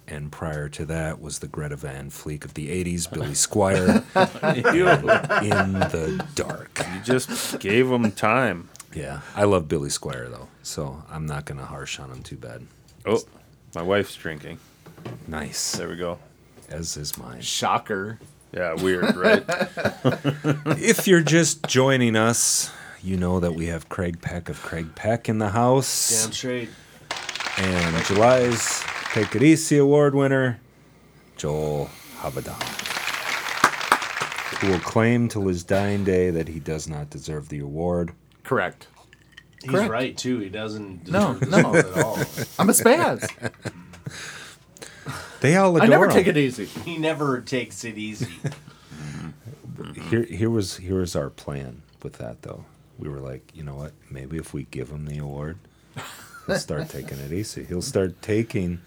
And prior to that was the Greta Van Fleek of the 80s, Billy <laughs> Squire, In the Dark.
You just gave them time.
Yeah, I love Billy Squire though, so I'm not gonna harsh on him too bad.
Oh, my wife's drinking.
Nice,
There we go.
as is mine.
Shocker.
Yeah, weird, <laughs> right?
<laughs> if you're just joining us, you know that we have Craig Peck of Craig Peck in the house,
damn straight.
and July's Take It Easy Award winner, Joel Havadan, who will claim till his dying day that he does not deserve the award.
Correct.
He's
Correct.
right too. He doesn't
No,
deserve this
no.
one at all.
I'm a <laughs> spaz.
They all adore
I never
him.
take it easy.
He never takes it easy.
here here was here was our plan with that though. We were like, you know what? Maybe if we give him the award,
<laughs>
he'll start taking it easy. He'll start taking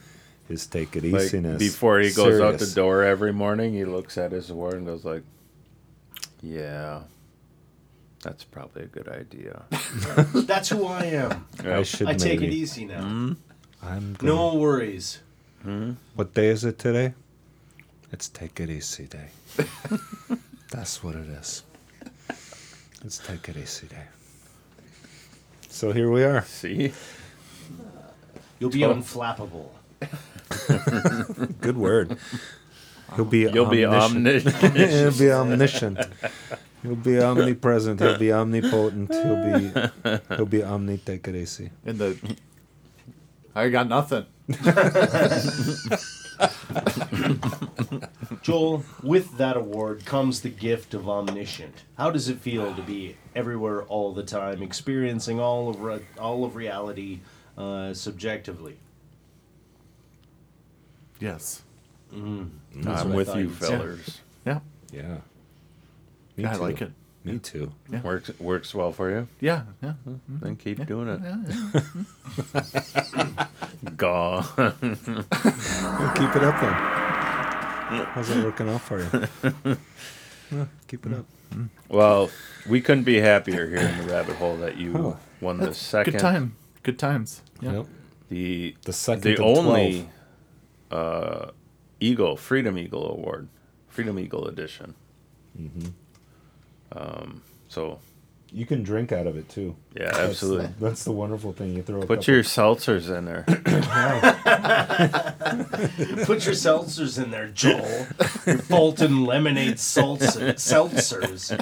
his take it
Like,
easiness
before he goes out the
serious.
door every morning, he looks at his award and goes like, "Yeah, that's probably a good idea." <laughs>
That's who I am.
I should
I take it
maybe.
easy now.
Mm-hmm.
I'm good.
No worries.
What day is it today? It's take it easy day. That's what it is. It's take it easy day. So here we are.
See,
You'll be unflappable.
Good word. He'll be
you'll be
omniscient.
<laughs> omniscient.
He'll be omniscient. He'll be omnipresent. He'll <laughs> be omnipotent. He'll be he'll be omnitekeresi.
In the. I got nothing.
Joel, with that award comes the gift of omniscient. How does it feel to be everywhere all the time, experiencing all of re- all of reality uh, subjectively?
Yes.
I'm
what I
with
thought
you,
you'd say.
fellers.
Yeah.
Yeah. Me
Yeah, I
too.
like it.
Me too.
Works works well for you.
Yeah, yeah.
Then keep doing <laughs> it. Gaw.
Keep it up then. How's that working out for <laughs> you? Yeah, keep it up.
Well, we couldn't be happier here in the rabbit hole that you
Oh.
won the second
Good time. Good times. Yeah.
Yep.
the
The second
the
of
only uh, Eagle Freedom Eagle Award, Freedom Eagle edition. Mm-hmm. Um, so
You can drink out of it too.
yeah, absolutely.
That's the, that's the wonderful thing. You throw a
Put
couple-
your seltzers in there.
Put your seltzers in there, Joel. Your Fulton lemonade seltzer, seltzers.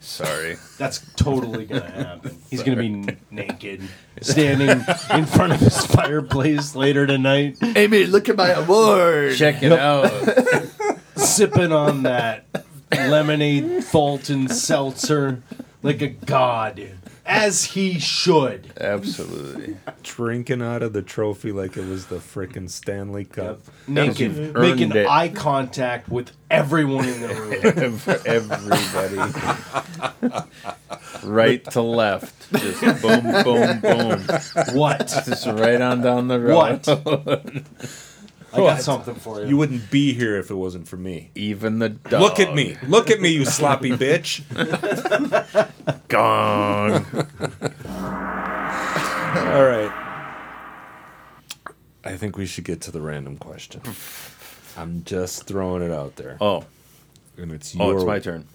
Sorry.
That's totally gonna happen. He's gonna be n- naked, standing in front of his fireplace later tonight,
Amy, look at my award.
Check it out.
sipping on that lemonade Fulton seltzer like a god, as he should.
absolutely.
drinking out of the trophy like it was the frickin' Stanley Cup.
Naked,
Earned
making
it.
eye contact with everyone in the room.
For everybody. right to left. Just boom, boom, boom. <laughs>
What?
Just right on down the road.
What? I got something for
You
you.
wouldn't be here if it wasn't for me.
<laughs> Even the dog.
Look at me. Look at me, you sloppy bitch.
Gong.
All right. I think we should get to the random question. I'm just throwing it out there.
<laughs> Oh,
And it's
oh,
your-
it's my turn.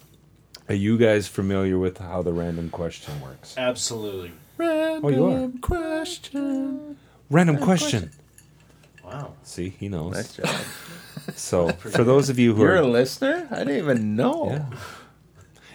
Are you guys familiar with how the random question works?
Absolutely.
Oh, you
Mm,
are.
Question.
Random question.
Wow.
See, he knows.
Nice job.
<laughs> So, for those of you who
You're a
are,
listener? I didn't even know.
<laughs> yeah.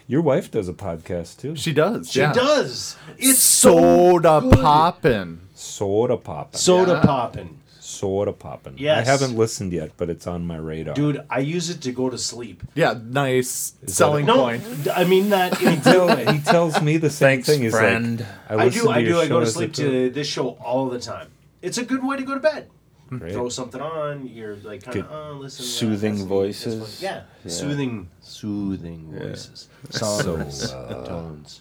your wife does a podcast too.
She does.
She does. It's
Soda poppin'.
Soda poppin'.
soda popping.
soda poppin'.
Yes.
I haven't listened yet, but it's on my radar. <laughs>
Dude, I use it to go to sleep.
Yeah, nice selling
No,
point.
I mean that in a good way.
he tells me the same
Thanks,
thing. He's
friend.
Like,
I
listen
do. I
your
do. I
show
go to
as a
sleep
group.
to this show all the time. It's a good way to go to bed.
Great.
Throw something on. You're like kind
Good.
of uh, listen.
Soothing
uh, that's-
voices.
that's what- yeah. soothing, soothing voices. Songs, tones.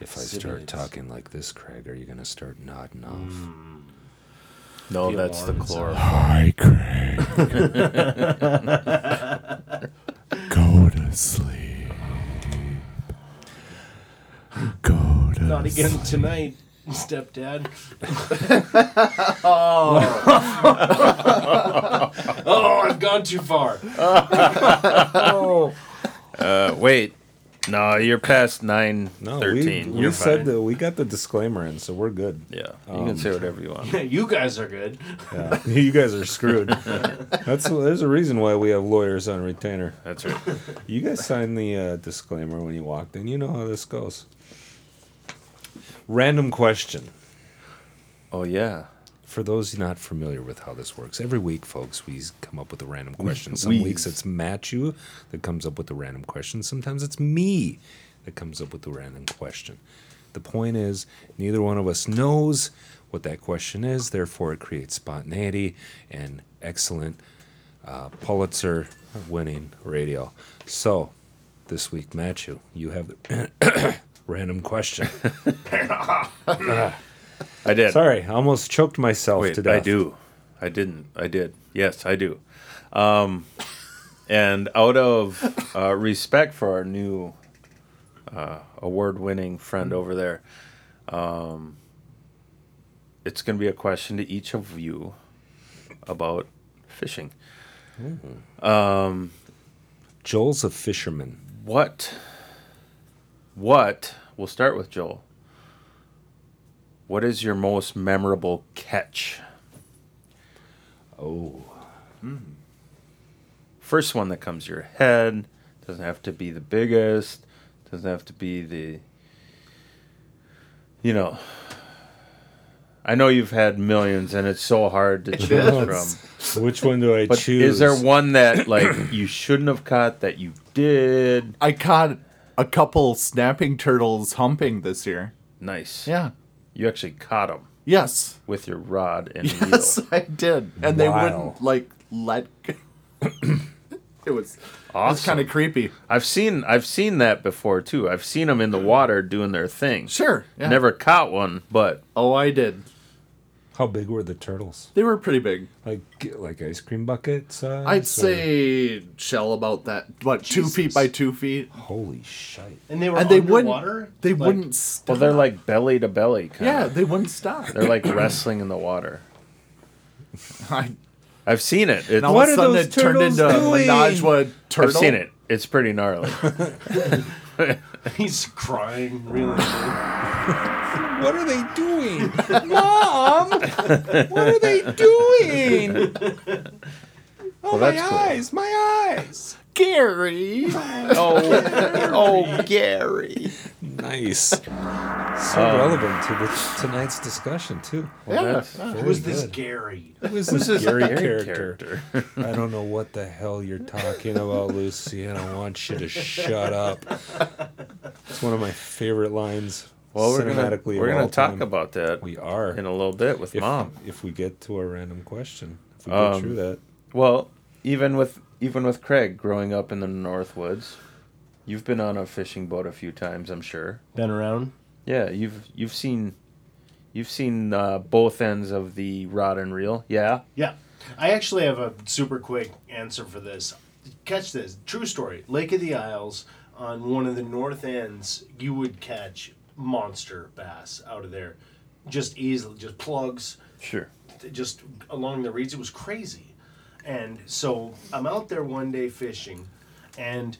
If I start talking like this, Craig, are you gonna start nodding off?
Mm. <laughs>
No,
Oh,
that's the chlor.
Hi, Craig. Go to sleep. Go to
Not again tonight,
<laughs>
stepdad. oh. oh, I've gone too far. Oh.
Uh, wait. No, you're past nine
No, we,
thirteen.
we
you're
said
fine.
that we got the Um, disclaimer in, so we're good.
Yeah, you can say whatever you want.
you guys are good.
Yeah. <laughs> you guys are screwed. That's there's a reason why we have lawyers on retainer.
That's right.
<laughs> You guys signed the uh, disclaimer when you walked in. You know how this goes. Random question.
Oh yeah.
For those not familiar with how this works, every week, folks, we come up with a random question. Some
we-
weeks it's Matthew that comes up with a random question. Sometimes it's me that comes up with a random question. The point is, neither one of us knows what that question is. Therefore, it creates spontaneity and excellent uh, Pulitzer winning radio. So, this week, Matthew, you have the <coughs> random question.
I did.
Sorry, I almost choked myself
Wait,
to death.
I do. I didn't. I did. Yes, I do. Um, and out of uh, respect for our new uh, award-winning friend over there, um, it's going to be a question to each of you about fishing.
Joel's a fisherman.
What? What? We'll start with Joel. What is your most memorable catch?
Oh.
first one that comes to your head. Doesn't have to be the biggest. Doesn't have to be the. You know. I know you've had millions, and it's so hard to choose
is.
from.
Which one do I
But
choose?
is there one that like you shouldn't have caught that you did?
I caught a couple snapping turtles humping this year.
Nice.
Yeah.
You actually caught them
Yes.
with your rod and
<laughs> Yes,
reel.
I did. And they
Wow.
wouldn't like let <coughs> It was That's
Awesome.
kind of creepy.
I've seen I've seen that before too. I've seen them in the water doing their thing.
Sure. yeah.
Never caught one, but
Oh, I did.
How big were the turtles?
They were pretty big.
Like like ice cream Uh, bucket size?
I'd
or-
say shell about that, what two feet by two feet,
holy shit.
And they were
and they
underwater.
wouldn't. They
Like,
wouldn't. Stop.
well, they're like belly to belly. Kind
yeah,
of.
they wouldn't stop. <laughs>
they're like wrestling in the water.
I,
I've seen it. It's,
and all
What
of
are
a sudden,
those
it turned
turtles
into a
doing?
menage a
I've
turtle.
seen it. It's pretty
<laughs>
gnarly.
<laughs>
Oh,
He's crying really. big.
What are they doing? <laughs> Mom! What are they doing? Oh,
my that's cool.
eyes, my eyes.
Gary.
oh, Gary.
Nice. So
Um,
relevant to the, tonight's discussion, too.
yeah.
Who's this Gary?
Who's this Gary character?
character.
I don't know what the hell you're talking about, Lucy, and I want you to shut up. It's one of my favorite lines
Well, we're gonna
cinematically.
we're
of
gonna
all
talk
time.
about that
We are.
in a little bit with
if,
mom.
If we get to our random question, if we
Um,
get through that.
Well, even with even with Craig growing up in the Northwoods, you've been on a fishing boat a few times, I'm sure.
Been around?
Yeah, you've you've seen you've seen uh, both ends of the rod and reel. Yeah.
Yeah. I actually have a super quick answer for this. Catch this. True story. Lake of the Isles on one of the north ends, you would catch monster bass out of there. Just easily, just plugs,
Sure.
just along the reeds. It was crazy. And so I'm out there one day fishing, and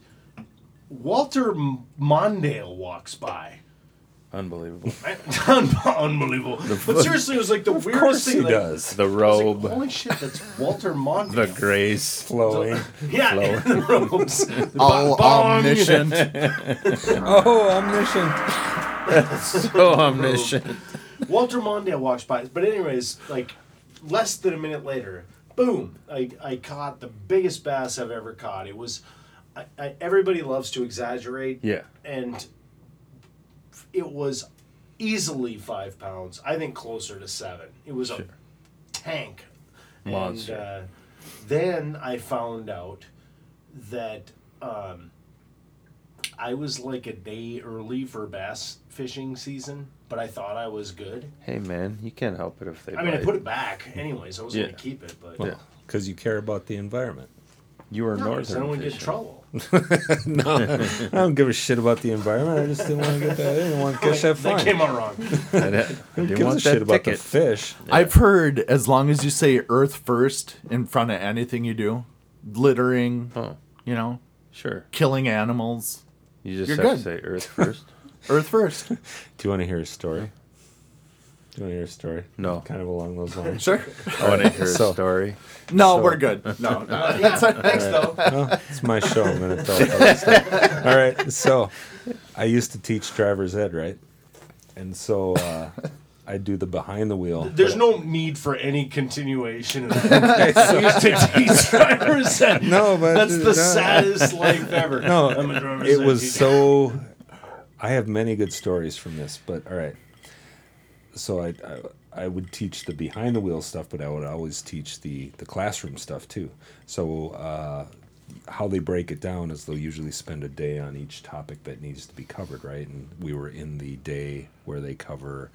Walter M- Mondale walks by. <laughs>
Unbelievable.
Right? Unbelievable. But seriously, it was like the weirdest thing. like,
The
I was like,
robe,
Holy shit, that's Walter Mondale.
the
<laughs>
grace.
Flowing.
Yeah, <laughs> the robes.
All <laughs>
Bong.
omniscient.
oh, omniscient.
So omniscient.
Walter Mondale walks by. But anyways, like less than a minute later, boom! I, I caught the biggest bass I've ever caught. It was, I, I, everybody loves to exaggerate.
Yeah.
and it was easily five pounds. I think closer to seven. It was a tank.
Monster.
And, uh, then I found out that um, I was like a day early for bass fishing season, but I thought I was good.
Hey man, you can't help it if they.
I mean, I
bite.
put it back anyways. I was
Yeah.
gonna keep it, but
Yeah.
Because you care about the environment.
You were
no, 'cause
northern.
I don't want to get in
fishing.
<laughs> trouble.
no, I don't give a shit about the environment. I just didn't want to get that. I didn't
<laughs>
want to catch that
That
fine.
came
<laughs>
out wrong.
<laughs> I didn't- I
Who
didn't
gives a
want that
shit about
ticket.
the fish?
I've heard as long as you say Earth first in front of anything you do, littering,
Huh.
you
Oh,
know,
Sure.
killing animals,
You just
You're
have to
good.
say
<laughs>
Earth first.
Earth first.
Do you want to hear a story? Do you want to hear a story?
No.
Kind of along those lines. <laughs>
Sure.
I want to hear a
So-
story.
No, we're good. No, <laughs> no.
Yeah, thanks though.
Well, it's my show. I'm going to tell about <laughs> this stuff. All right. So I used to teach driver's ed, right? And so
<laughs>
uh, I do the behind the wheel.
There's no need for any
<laughs>
continuation of that. We used to teach drivers ed.
No, but-
that's the
no.
saddest life ever. No, I'm a driver's
it
ed
was
teacher.
so i have many good stories from this but all right so I, I i would teach the behind the wheel stuff but i would always teach the the classroom stuff too so uh how they break it down is they'll usually spend a day on each topic that needs to be covered, right? And we were in the day where they cover,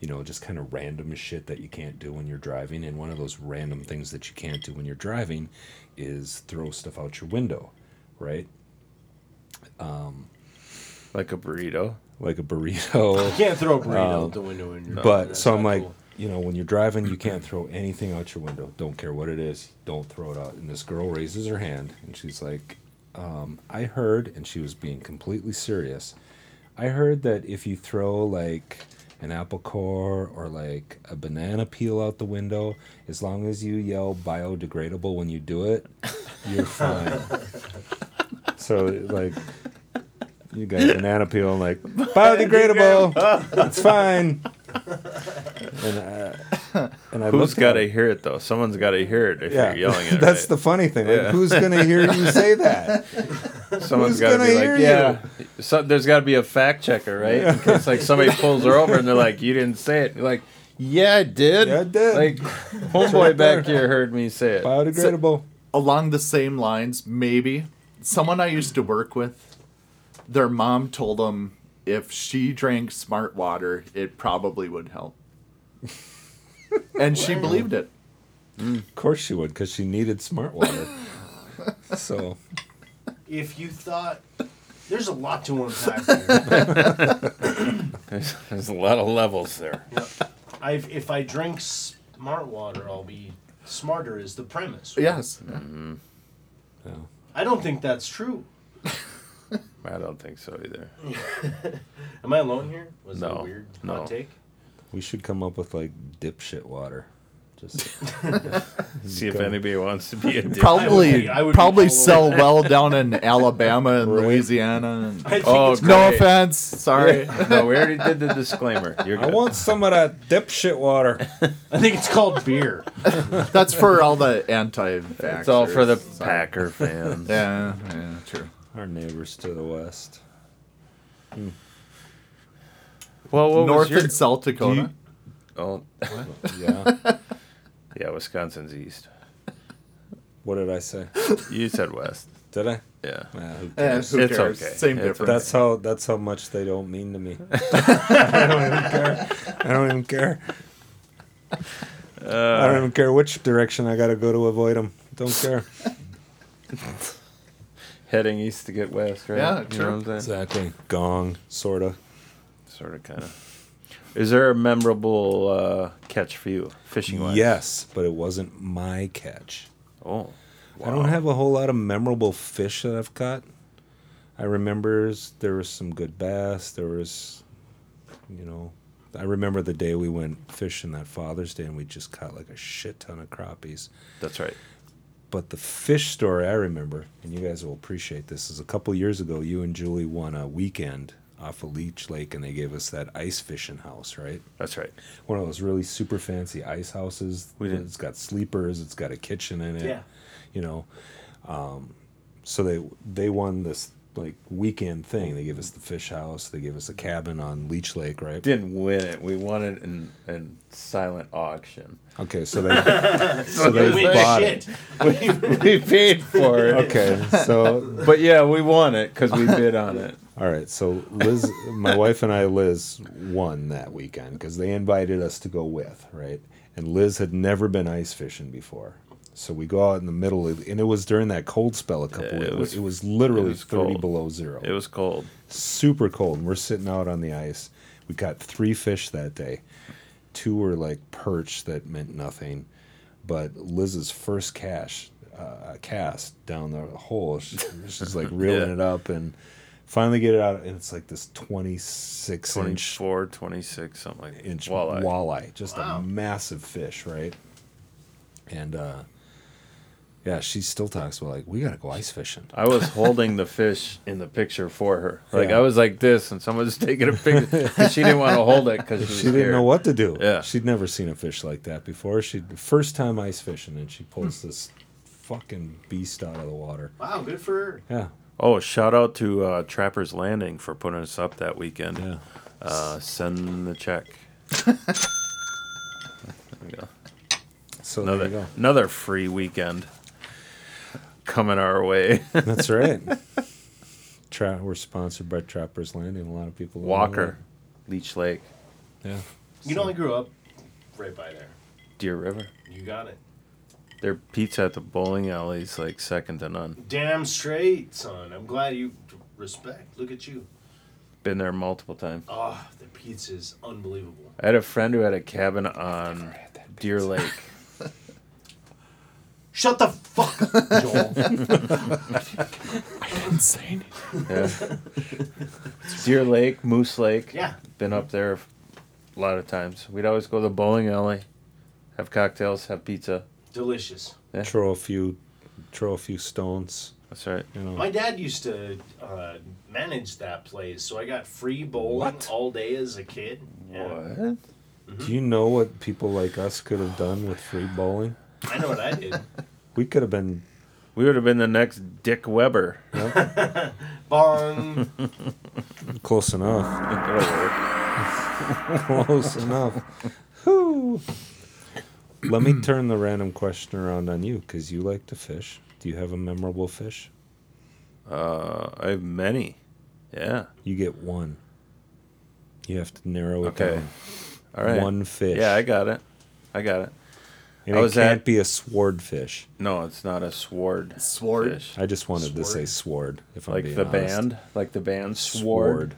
you know, just kind of random shit that you can't do when you're driving. And one of those random things that you can't do when you're driving is throw stuff out your window, right?
Like a burrito.
like a
<laughs>
burrito.
You can't throw a burrito
um,
out the window in your
But
that's
so I'm
not
like,
cool.
you know, when you're driving, you can't throw anything out your window. Don't care what it is. Don't throw it out. And this girl raises her hand and she's like, um, I heard, and she was being completely serious. I heard that if you throw like an apple core or like a banana peel out the window, as long as you yell biodegradable when you do it, you're fine. so like you
<laughs>
got a banana peel and like biodegradable, it's fine. And I, and I
Who's
looked at
got
her.
to hear it though? Someone's got to hear it if you're
<laughs>
yelling at it.
That's the
right?
funny thing. Like,
Yeah.
Who's gonna hear you say
<laughs>
that?
Someone's
who's
got to
gonna
be
hear
like, yeah. So, there's got to be a fact checker, right? In case like
<laughs>
somebody pulls her over and they're like, you didn't say it. You're like, yeah, I did.
Yeah, I did. <laughs>
Like, homeboy back here heard me say it.
Biodegradable.
along the same lines, maybe someone I used to work with, their mom told them if she drank smart water, it probably would
<laughs>
help, and she believed it.
Of course she would, because she needed smart water. so
If you thought there's a lot to unpack. There.
There's, there's a lot of levels there.
I've, if I drink smart water, I'll be smarter. Is the premise?
Yes.
I don't think that's true.
I don't think so either.
Am I alone here? Was that
No,
a weird
no.
hot take?
we should come up with like dipshit water. Just
See if anybody wants to
<laughs>
be a dick.
Probably,
I would be- I would be
probably
all
sell well down in
<laughs>
Alabama and Louisiana. And,
I think
Oh,
it's
no
great.
offense, sorry. <laughs>
No, we already did the
<laughs>
disclaimer. You're
I
good.
want some of that dipshit water.
I think it's called beer.
That's for all the anti. vaxxers
it's all for the
<laughs>
Packer fans.
Yeah, yeah, true.
Our neighbors to the west.
Well, what
North
was your?
and South Dakota.
oh,
Yeah.
yeah, Wisconsin's east.
What did I say?
You said west.
Did I?
Yeah.
Nah, who
Eh,
cares?
who
It's
cares?
okay.
Same
It's
difference.
That's how that's how much they don't mean to me. <laughs> I don't even care. I don't even care. I don't even care which direction I gotta go to avoid them. Don't care.
Heading east to get west, right?
Yeah,
You know what I'm saying?
Exactly. Gong, sorta.
Sort of, kind of. Is there a memorable uh, catch for you, fishing wise?
Yes, but it wasn't my catch.
Oh,
I don't have a whole lot of memorable fish that I've caught. I remember s- there was some good bass. There was, you know, I remember the day we went fishing that Father's Day and we just caught like a shit ton of crappies.
that's right.
But the fish story I remember, and you guys will appreciate this, is a couple years ago, you and Julie won a weekend off of Leech Lake and they gave us that ice fishing house, right?
That's right.
One of those really super fancy ice houses.
We did.
It's got sleepers, it's got a kitchen in it.
Yeah.
You know, um, so they they won this like weekend thing. They gave us the fish house, they gave us a cabin on Leech Lake, right?
Didn't win it. We won it in, in silent auction.
Okay, so they so they
Wait,
bought it. <laughs>
shit.
we paid for it.
Okay, <laughs> so
But yeah, we won it because we bid
<laughs>
on it.
All right, so Liz, <laughs> my wife and I, Liz, won that weekend because they invited us to go with, right? And Liz had never been ice fishing before, so we go out in the middle, of, and it was during that cold spell a couple.
Yeah,
it,
it
was,
was-
it was literally
it was
thirty
cold.
below zero.
It was cold.
super cold, and we're sitting out on the ice. We caught three fish that day. Two were like perch that meant nothing, but Liz's first cash, uh, cast down the hole, she- she's like reeling
Yeah.
it up and finally get it out, and it's like this twenty six inch
24, 26, something like that.
inch
Walleye.
walleye, just a massive fish, right? And uh, yeah, she still talks about like we gotta go ice fishing.
I was holding the fish in the picture for her. Like
Yeah.
I was like this, and someone was taking a picture because she didn't want to hold it because she, was
she didn't
scared.
know what to do.
Yeah.
She'd never seen a fish like that before. She first time ice fishing and she
Hmm.
pulls this fucking beast out of the water.
Wow, good for her.
Yeah.
Oh, shout out to uh, Trapper's Landing for putting us up that weekend.
Yeah.
Uh, send the check. there you go.
So
Another
there you
another free weekend coming our way. <laughs>
go. That's right. Tra- we're sponsored by Trapper's Landing. A lot of people don't know
Walker,
Mm-hmm.
Leech Lake,
that. Yeah.
You know, I grew up right by there.
Deer River.
You got it.
Their pizza at the bowling alley is like second to none.
Damn straight, son. I'm glad you respect. Look at you.
Been there multiple times.
Oh, the pizza is unbelievable.
I had a friend who had a cabin on
<laughs>
Deer Lake.
Shut the fuck up, Joel.
Insane.
Yeah. Deer Lake, Moose Lake.
Yeah.
Been up there a lot of times. We'd always go to the bowling alley, have cocktails, have pizza.
Delicious.
Throw a few throw a few stones.
That's right.
You know.
My dad used to uh, manage that place, so I got free bowling
What?
all day as a kid. Yeah.
What?
Do you know what people like us could have done with free bowling?
I know what I did.
We could have been
We would have been the next Dick
<laughs>
Weber.
Bong.
close
<laughs>
enough.
That'll
<laughs>
work.
close enough.
<clears throat>
Whew. Let me turn the random question around on you because you like to fish. Do you have a memorable fish?
Uh, I have many. Yeah.
You get one. You have to narrow it
Okay.
down.
All right.
One fish.
Yeah, I got it. I got it.
And
I
it
was
can't
at-
be a swordfish.
No, it's not a sword.
Sword?
fish.
I just wanted to say sword. If I'm
Like
being
the
honest.
band, like the band Sword.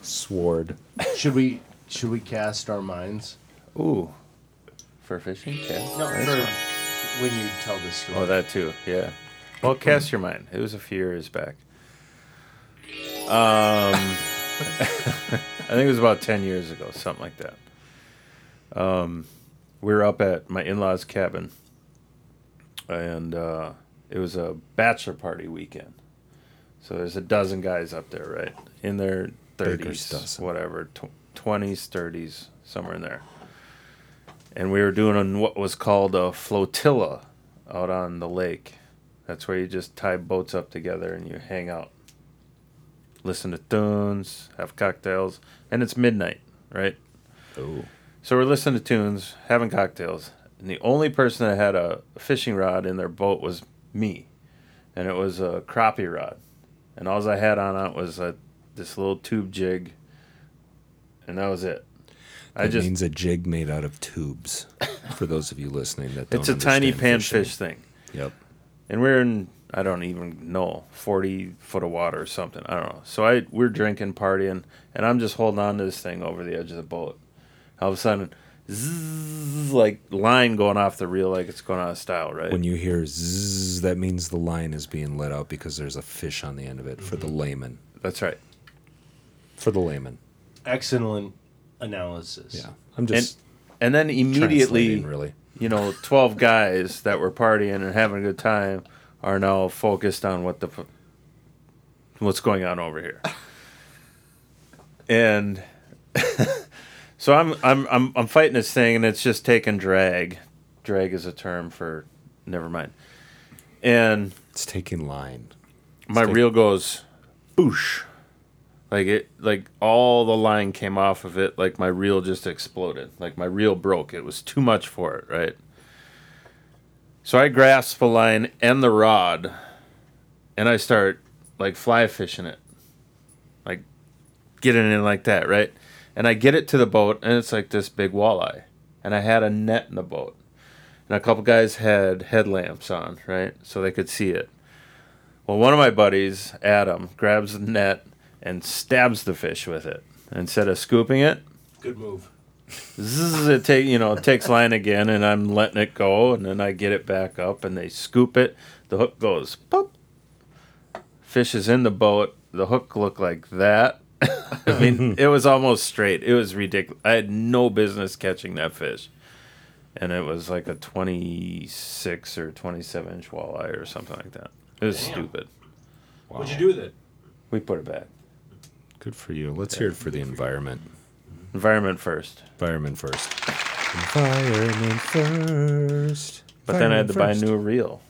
Sword. sword.
Should we should we cast our minds?
Ooh, for fishing. Yeah.
No, for when you tell this story.
Oh, that too. Yeah. Well, cast your mind. It was a few years back. Um, <laughs> I think it was about ten years ago, something like that. Um, we were up at my in-laws' cabin, and uh, it was a bachelor party weekend. So there's a dozen guys up there, right? In their
Baker's
thirties,
dozen.
whatever, twenties, thirties, somewhere in there. And we were doing what was called a flotilla out on the lake. That's where you just tie boats up together and you hang out, listen to tunes, have cocktails, and it's midnight, right?
Oh.
So we're listening to tunes, having cocktails, and the only person that had a fishing rod in their boat was me, and it was a crappie rod, and alls I had on it was a, this little tube jig, and that was it. I
That
just
means a jig made out of tubes. For those of you listening that don't
<laughs> it's a tiny
understand fishing.
panfish thing.
Yep.
and we're in I don't even know forty foot of water or something. I don't know. So I we're drinking, partying, and I'm just holding on to this thing over the edge of the boat. All of a sudden, zzz, like line going off the reel, like it's going out of style, right?
When you hear zzz, that means the line is being let out because there's a fish on the end of it for the
Mm-hmm.
layman.
That's right.
For the layman.
Excellent analysis.
Yeah. I'm
And
just
and then immediately,
translating, really.
you know, twelve guys that were partying and having a good time are now focused on what the f- what's going on over here. and <laughs> so I'm I'm I'm I'm fighting this thing, and it's just taking drag. Drag is a term for never mind. And
It's taking line.
my
Stick.
reel goes boosh. Like it like all the line came off of it, like my reel just exploded. Like my reel broke. It was too much for it, right? So I grasp the line and the rod and I start like fly fishing it. Like getting in like that, right? And I get it to the boat and it's like this big walleye. And I had a net in the boat. And a couple guys had headlamps on, right? So they could see it. Well, one of my buddies, Adam, grabs the net and stabs the fish with it. Instead of scooping it,
Good move.
zzz, it take you know it takes line again, and I'm letting it go, and then I get it back up, and they scoop it. The hook goes pop. Fish is in the boat. The hook looked like that. <laughs> I mean, it was almost straight. It was ridiculous. I had no business catching that fish, and it was like a 26 or 27 inch walleye or something like that. It was stupid.
What'd you do with it?
We put it back.
Good for you. Let's hear it for the environment.
Environment first.
Environment first. Environment first.
But then I had
Environment
to buy a
first.
new reel.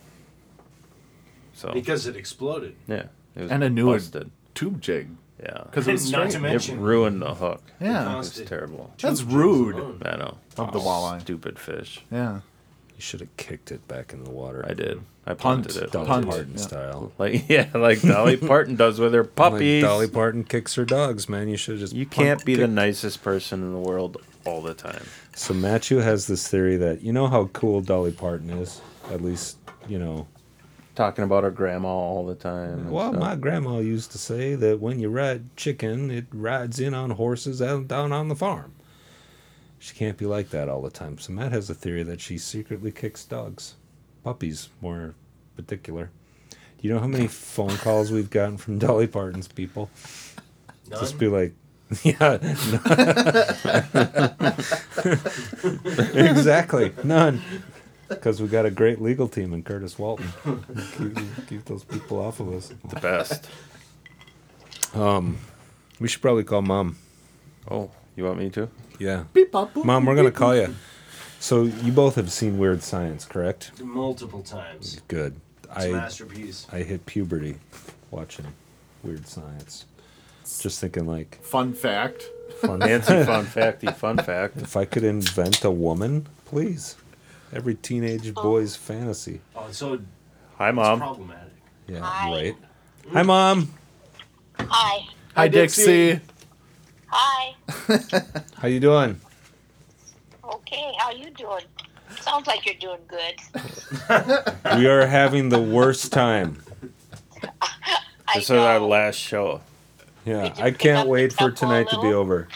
So
Because it exploded.
yeah, it was
And a new-
busted.
Tube jig.
Yeah,
Because it was
Not to
straight.
it
mention
ruined the hook.
Yeah.
it was terrible.
That's
two jigs
rude.
alone.
I know.
Of the walleye.
Stupid fish.
Yeah.
You should have kicked it back in the water.
I did. I
Punt.
punted it.
Dolly
Punt.
Parton
Yeah.
style.
Like <laughs> yeah, like Dolly Parton does with her puppies.
Like Dolly Parton kicks her dogs, man. You should just
you
punt
can't be the
kick.
nicest person in the world all the time.
So Matthew has this theory that you know how cool Dolly Parton is. At least you know.
Talking about her grandma all the time. and
Well,
stuff.
my grandma used to say that when you ride chicken, it rides in on horses out down on the farm. She can't be like that all the time. So Matt has a theory that she secretly kicks dogs, puppies more particular. Do you know how many phone calls we've gotten from Dolly Parton's people?
None?
Just be like, <laughs> yeah, no. exactly, none. Because we got a great legal team in Curtis Walton. keep, keep those people off of us.
the best.
We should probably call mom.
oh, you want me to?
Yeah.
Beep, bop, boop.
Mom, we're going to call you. So you both have seen Weird Science, correct?
multiple times.
Good.
It's a
I
masterpiece.
I hit puberty watching Weird Science. Just thinking like
Fun fact.
fun
Nancy, fun facty, fun fact.
if I could invent a woman, please. Every teenage boy's fantasy.
Oh, so
Hi,
It's
mom.
problematic.
Yeah,
Hi.
right. Hi, mom.
Hi.
Hi, Dixie.
Hi.
How you doing?
Okay, how you doing? Sounds like you're doing good.
We are having the worst time.
I
This is our
know.
last show.
Yeah,
Did you
I
pick
can't
up-
wait
pick
for
up a
tonight to be
little?
over.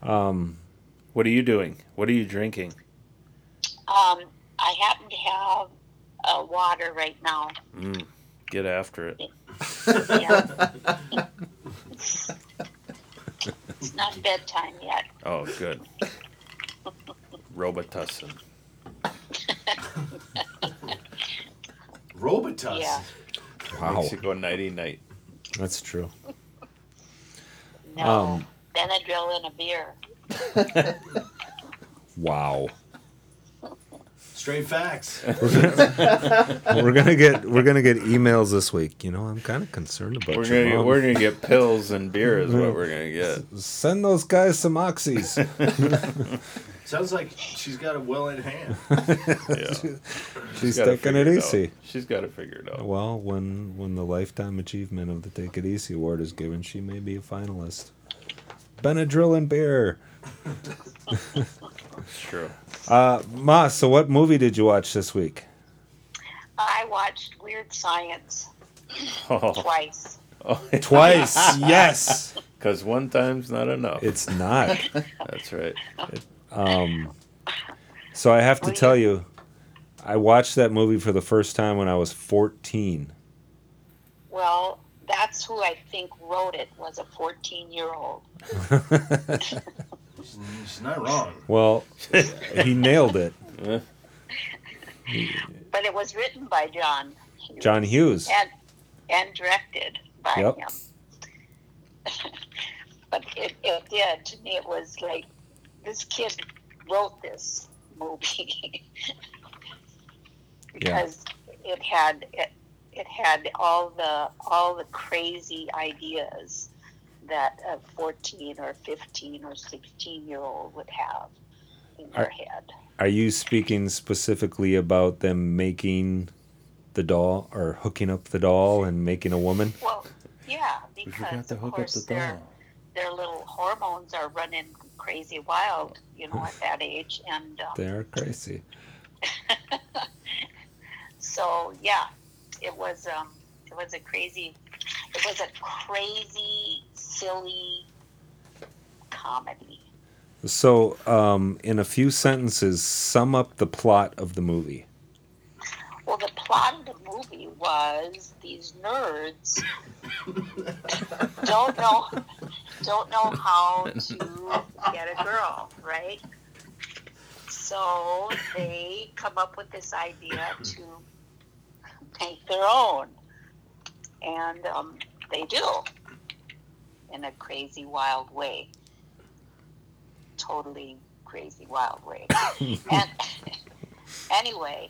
What are you doing? What are you drinking?
Um, I happen to have uh, water right now.
Get after it.
Yeah. it's not bedtime yet.
Oh, good. Robitussin.
Robitussin.
Yeah.
Wow,
Makes you go nighty night.
that's true.
No. Benadryl and a beer.
Wow.
Straight facts.
<laughs> We're gonna get we're gonna get emails this week. You know, I'm kind of concerned about
We're
your
gonna
mom.
we're gonna get pills and beer is what we're gonna
<laughs>
get.
Send those guys some
<laughs>
oxys.
Sounds like she's got it well in hand.
Yeah.
She's
Gotta
taking
figure
it
out.
easy.
She's got to figure it out.
Well, when when the lifetime achievement of the Take It Easy award is given, she may be a finalist. Benadryl and beer.
It's true. <laughs>
Uh, Ma, so what movie did you watch this week?
I watched Weird Science
Oh,
twice.
Twice. <laughs> yes.
because one time's not enough.
It's not.
That's right.
So I have to tell you, I watched that movie for the first time when I was 14.
Well, that's who I think wrote it was a 14 year old.
She's not wrong.
Well,
<laughs>
he nailed it.
But it was written by John Hughes
John Hughes.
and, and directed by
Yep.
him. <laughs> but it, it did. To me, it was like this kid wrote this movie <laughs> because it had it, it had all the all the crazy ideas that a 14 or 15 or 16 year old would have in their head.
Are you speaking specifically about them making the doll or hooking up the doll and making a woman?
Well, yeah, because of course their their little hormones are running crazy wild, you know, at that age, and um,
They are crazy.
so yeah, it was um, it was a crazy, it was a crazy silly comedy.
So, um, in a few sentences, sum up the plot of the movie.
Well, the plot of the movie was these nerds don't know don't know how to get a girl, right? So they come up with this idea to make their own, and um, they do in a crazy, wild way. Totally crazy, wild way. and <laughs> anyway,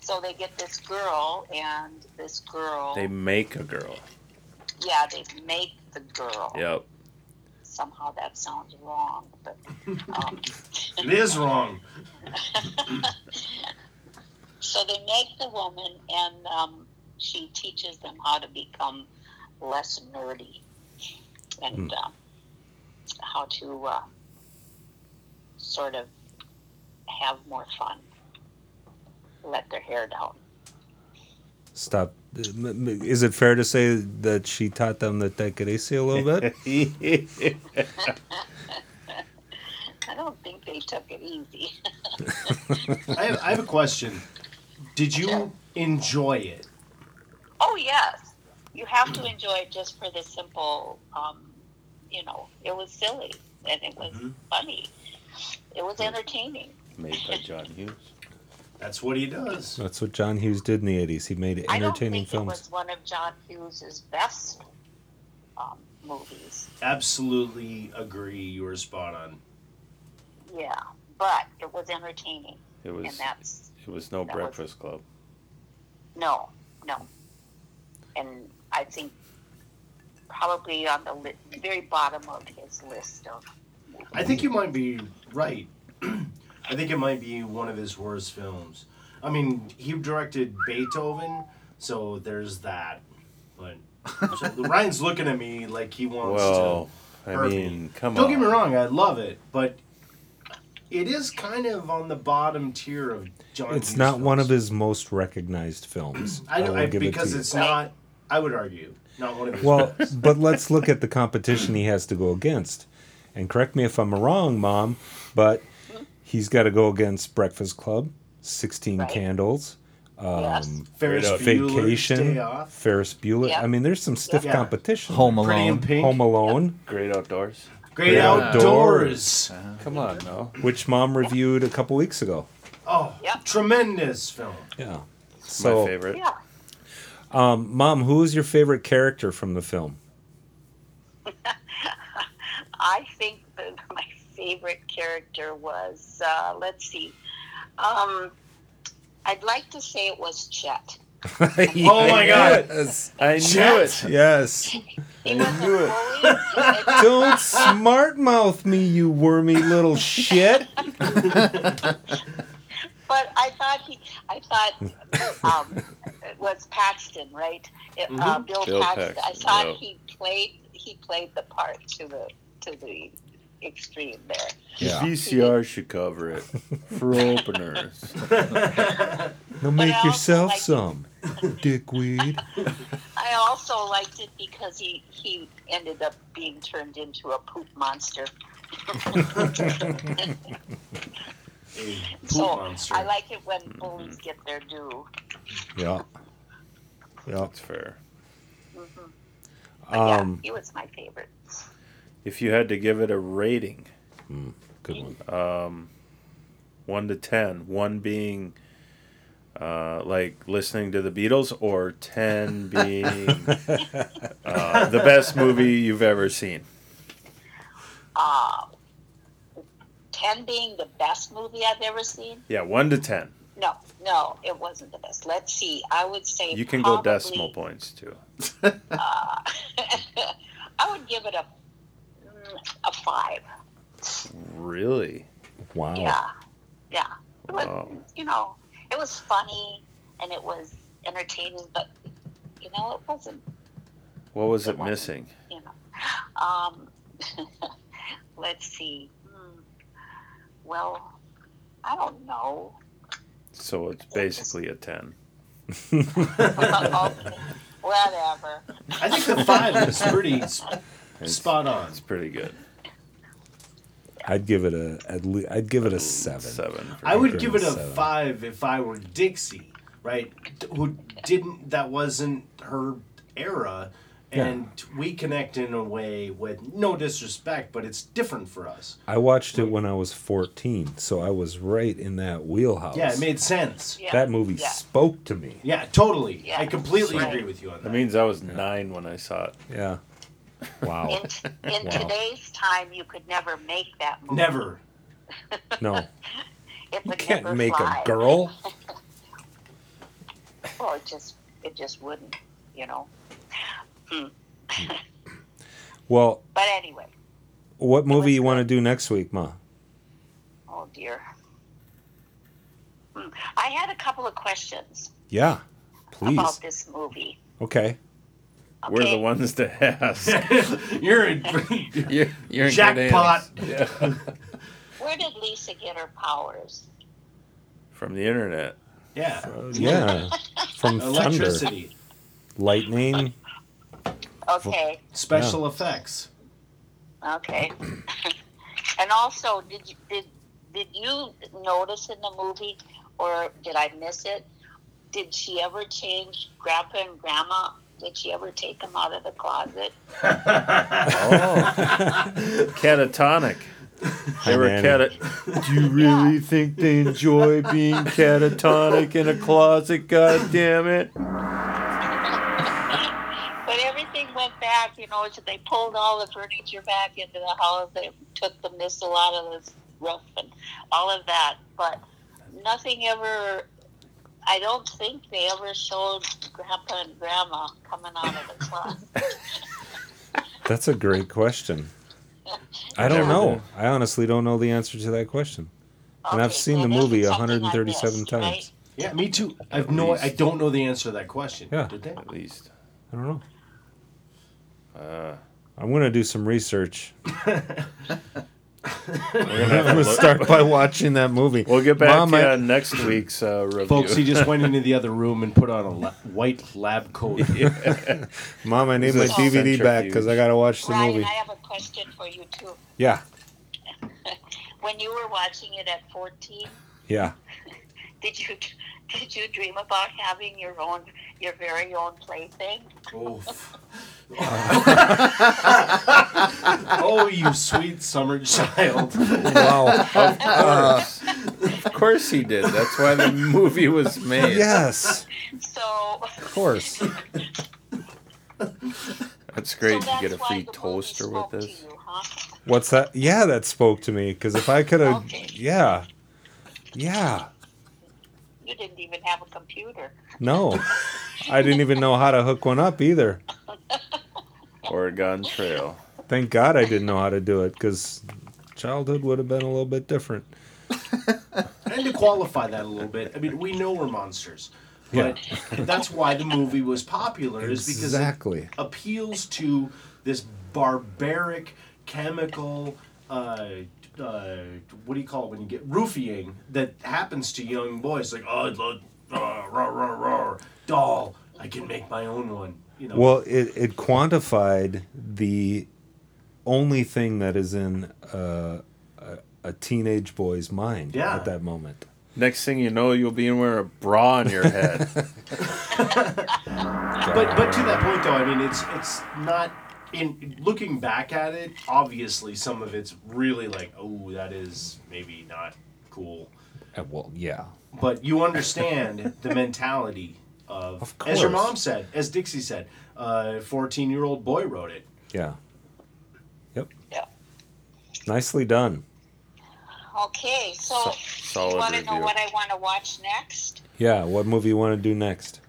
so they get this girl, and this girl,
They make a girl.
yeah, they make the girl.
Yep.
Somehow that sounds wrong, but um, <laughs>
It is wrong.
so they make the woman, and um, she teaches them how to become less nerdy and um, how to uh, sort of have more fun, let their hair down.
Stop. M- m- Is it fair to say that she taught them the Tekeresi a little bit?
I don't think they took it easy. <laughs>
I have, I have a question. Did you enjoy it?
Oh yes, you have to enjoy it just for the simple. Um, you know, it was silly and it was funny. It was entertaining.
Made by John Hughes.
That's what he does.
That's what John Hughes did in the 80s. He made
I don't
entertaining
think it
films.
was one of John Hughes's best um, movies.
Absolutely agree. You were spot on.
Yeah, but it was entertaining,
It was.
and that's
It was no
that was-
Breakfast Club.
no, no. And I think probably on the li- very bottom of his list of
<clears throat> I think you might be right. I think it might be one of his worst films. I mean, he directed Beethoven, so there's that. But so <laughs> Ryan's looking at me like he wants
Well,
to.
I
hurt
mean, come
Don't
on.
get me wrong, I love it, but it is kind of on the bottom tier of John.
It's
Hughes
not one
films.
of his most recognized films.
I,
will
I,
give it to
because
you.
it's not. I would argue not one of his.
Well, but let's look at the competition he has to go against. And correct me if I'm wrong, Mom, but he's got to go against Breakfast Club, 16
Right.
Candles, um,
Ferris Bueller's
Vacation,
Day Off,
Ferris Bueller.
Yep.
I mean, there's some stiff
Yep.
competition.
Home
Pretty in
Alone.
Pink,
um, Home Alone,
Great outdoors.
Great
Yeah.
Outdoors.
Come on, now.
which Mom reviewed a couple weeks ago.
Oh,
Yep.
tremendous film.
Yeah.
It's
So,
my favorite.
Yeah.
Mom, who is your favorite character from the film?
I think that <laughs> my favorite character was, uh, let's see, um, I'd like to say it was Chet.
Oh my God.
Yes.
I knew it.
Yes.
He was a bully. and
Don't smart mouth me, you wormy little shit.
but I thought he, I thought um, it was Paxton, right? It, uh, Bill,
Mm-hmm. Bill
Paxton. I
Paxton,
thought
yeah.
he played he played the part to the to the extreme there.
VCR should cover it for <laughs> openers.
Now
I
make
also
yourself
like-
some, dickweed.
I also liked it because he he ended up being turned into a poop monster.
A poop
so
monster.
I like it when bullies get their due.
Yeah. Yeah.
That's fair.
But
Um,
yeah, he was my favorite.
If you had to give it a rating,
Good one.
one to ten, one being uh, like listening to the Beatles, or ten being uh, the best movie you've ever seen.
Ten being the best movie I've ever seen.
Yeah, one to ten.
No, no, it wasn't the best. Let's see. I would say
You can go
probably-
decimal points too.
I would give it a mm, a five.
Really?
<laughs> Wow.
Yeah, yeah. It was,
Wow.
You know, it was funny and it was entertaining, but you know, it wasn't.
What was it missing?
You know, um, <laughs> let's see. Hmm. Well, I don't know. <laughs>
So it's basically a ten.
Okay, Whatever.
I think the five
<laughs>
is pretty s- spot on.
It's pretty good.
I'd give it a at le- I'd give it a seven.
Seven. for
I
me.
would give it a
Seven.
five if I were Dixie, right? D- Who didn't? That wasn't her era, and we connect in a way with no disrespect, but it's different for us.
I watched it when I was 14, so I was right in that wheelhouse.
Yeah, it made sense. Yeah,
Yeah.
that movie
Yeah.
spoke to me.
totally.
Yeah.
I completely
Right.
agree with you on that.
That means I was nine when I saw it.
Yeah. Wow.
In, in today's time, you could never make that movie.
Never.
No.
It
You
would
can't
never
make
fly.
a girl.
Well, it just it just wouldn't, you know.
Well,
But anyway,
what movie you want to do next week, Ma?
oh dear. Hmm. I had a couple of questions
Yeah. Please.
about this movie.
Okay.
We're
Okay.
the ones to <laughs> ask.
You're a
you're, you're
jackpot.
Where did Lisa get her powers?
From the internet.
<laughs> <laughs> Yeah.
Yeah. From thunder,
Electricity,
lightning.
Okay,
special effects.
okay. <coughs> and also, did you, did did you notice in the movie, or did I miss it? Did she ever change Grandpa and Grandma? Did she ever take them out of the closet?
Catatonic. They were
Nanny.
cat. Do you really think they enjoy being catatonic in a closet? God damn it!
But everything went back, you know, so they pulled all the furniture back into the house. They took the missile out of the roof and all of that. But nothing ever, I don't think they ever showed Grandpa and Grandma coming out of the
<laughs>
closet.
That's a great question. I don't know.
Never did.
I honestly don't know the answer to that question. And I've
Okay,
seen
so
the
this is
movie
something I
137
missed,
times.
right?
Yeah, me too. I've no. I don't know the answer to that question.
Yeah.
Did they?
At least.
I don't know.
Uh.
I'm gonna do some research.
We're gonna
<laughs>
have
I'm
to
gonna
look-
start by watching that movie.
We'll get back
Mom,
to you
I-
on next week's uh, review.
Folks,
<laughs>
he just went into the other room and put on a la- white lab <laughs> coat.
Mom, I need
This
my
is a
DVD back because I gotta watch the
Ryan,
movie.
I have a question for you too.
Yeah,
When you were watching it at 14,
yeah.
did you <laughs> did you dream about having your own your very own plaything?
Oof. <laughs> oh, you sweet summer child.
Wow.
of course. of course he did. That's why the movie
<laughs>
was made.
yes,
So <laughs>
of course.
That's great.
so that's
you get a
why
free
the movie
toaster with
spoke to
this.
you, huh?
What's that? Yeah, that spoke to me because if I could have,
Okay.
yeah, yeah.
You didn't even have a computer.
No, I didn't even know how to hook one up either.
Oregon Trail.
Thank God I didn't know how to do it because childhood would have been a little bit different.
And to qualify that a little bit, I mean, we know we're monsters. But that's why the movie was popular, is because it
Exactly.
appeals to this barbaric chemical. Uh, uh, what do you call it when you get roofying that happens to young boys? Like, oh, I'd love, uh, rah, rah, rah, doll, I can make my own one. You know,
Well, it, it quantified the only thing that is in uh, a, a teenage boy's mind
Yeah.
at that moment.
Next thing you know, you'll be wearing a bra on your
<laughs>
head.
But but to that point though, I mean it's it's not in looking back at it. Obviously, some of it's really like, oh, that is maybe not cool.
Uh, Well, yeah.
But
<laughs>
you understand the mentality of,
Of
as your
course.
mom said, as Dixie said, uh, fourteen-year-old boy wrote it.
Yeah. Yep.
Yeah.
Nicely done.
Okay, so
So- solid
Oh, you want to know
review.
what I want to watch next?
Yeah. What movie you want to do next?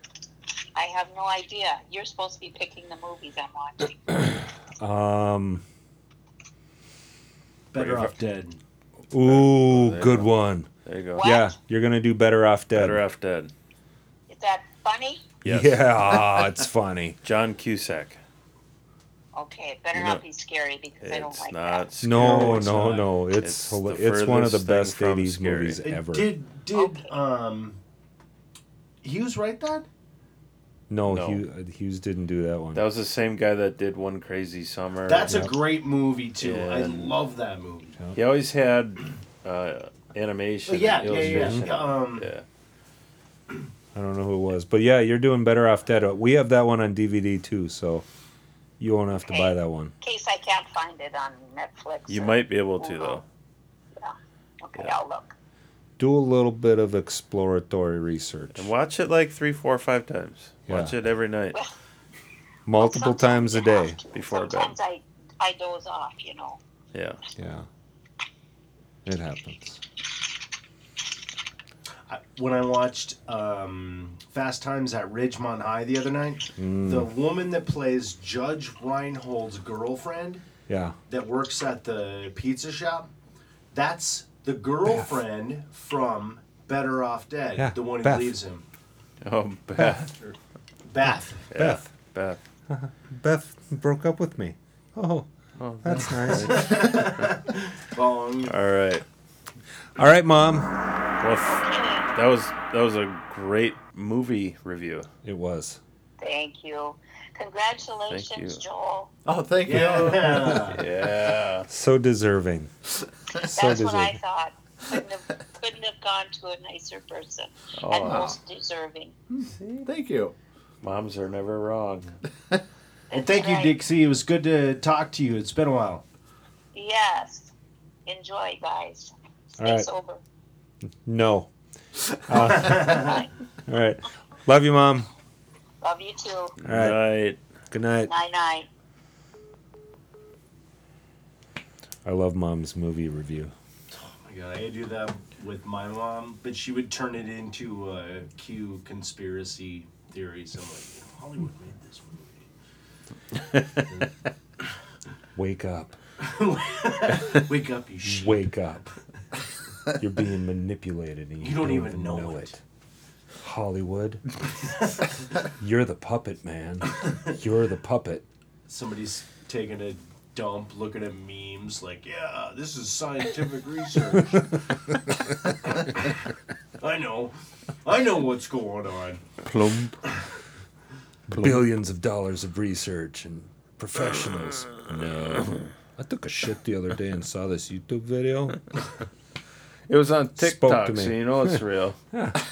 I have no idea. You're supposed to be picking the movies I'm
<coughs>
watching.
Um.
Better off dead.
Ooh, good one.
There you go.
What?
Yeah, you're gonna do better off dead.
Better off dead.
Is that funny?
Yes.
Yeah,
<laughs>
it's funny.
John Cusack.
Okay, it better
You know,
not be scary because I don't
It's
like
not.
that.
Scary.
No,
it's
no,
not.
no. It's
It's
it's,
the
it's one of the
furthest thing
best
from
'80s
scary.
movies
It
ever.
Did did um, Hughes write that?
No,
No.
Hugh- uh, Hughes didn't do that one.
That was the same guy that did One Crazy Summer.
That's
Yeah.
a great movie too. I
And-
love that movie.
He always had uh, animation.
But yeah,
and
yeah, yeah,
illustration.
yeah. Um,
Yeah.
I don't know who it was, but yeah, you're doing better off dead. We have that one on DVD too, so you won't have to buy that one.
In case I can't find it on Netflix.
You
or-
might be able to though.
Okay,
yeah.
I'll look.
Do a little bit of exploratory research,
And watch it like three, four, five times. Watch
Yeah.
it every night.
multiple times a day.
Before bed.
Sometimes I, I doze off, you know.
Yeah.
Yeah, it happens.
I- when I watched um, Fast Times at Ridgemont High the other night,
Mm.
the woman that plays Judge Reinhold's girlfriend
Yeah,
that works at the pizza shop, that's the girlfriend from Better Off Dead,
Yeah,
the one who
Beth.
leaves him.
Oh, Beth.
Beth.
Beth.
Beth.
Beth broke up with me. Oh,
Oh, <laughs>
that's nice.
Bong.
All right.
All right, mom.
Well, f- that was that was a great movie review.
It was.
Thank you. Congratulations,
you.
Joel.
Oh, thank you.
Yeah.
Yeah.
So deserving. So
That's what I
deserving.
thought. Couldn't have, couldn't have gone to a nicer person and
Oh.
most deserving.
Thank you.
Moms are never wrong.
And thank you, Dixie. It was good to talk to you. It's been a while.
Yes. Enjoy, guys. Stay
right.
sober.
No. Uh, <laughs> all right. Love you, mom.
Love you too.
All right.
Right.
Good night.
Night night.
I love mom's movie review.
Oh my God, I do that with my mom, but she would turn it into a Q conspiracy theory. So I'm like, Hollywood made this movie.
Wake up.
Wake up, you
<laughs>
shit.
Wake up. You're being manipulated and you,
You don't even know it.
Hollywood. You're the puppet, man. You're the puppet.
Somebody's taking a dump, looking at memes, like, yeah, this is scientific <laughs> research. I know. I know what's going on.
Plump.
Billions of dollars of research and professionals. No. I took a shit the other day and saw this YouTube video.
It was on
Spoke to
TikTok,
me.
so you know it's real.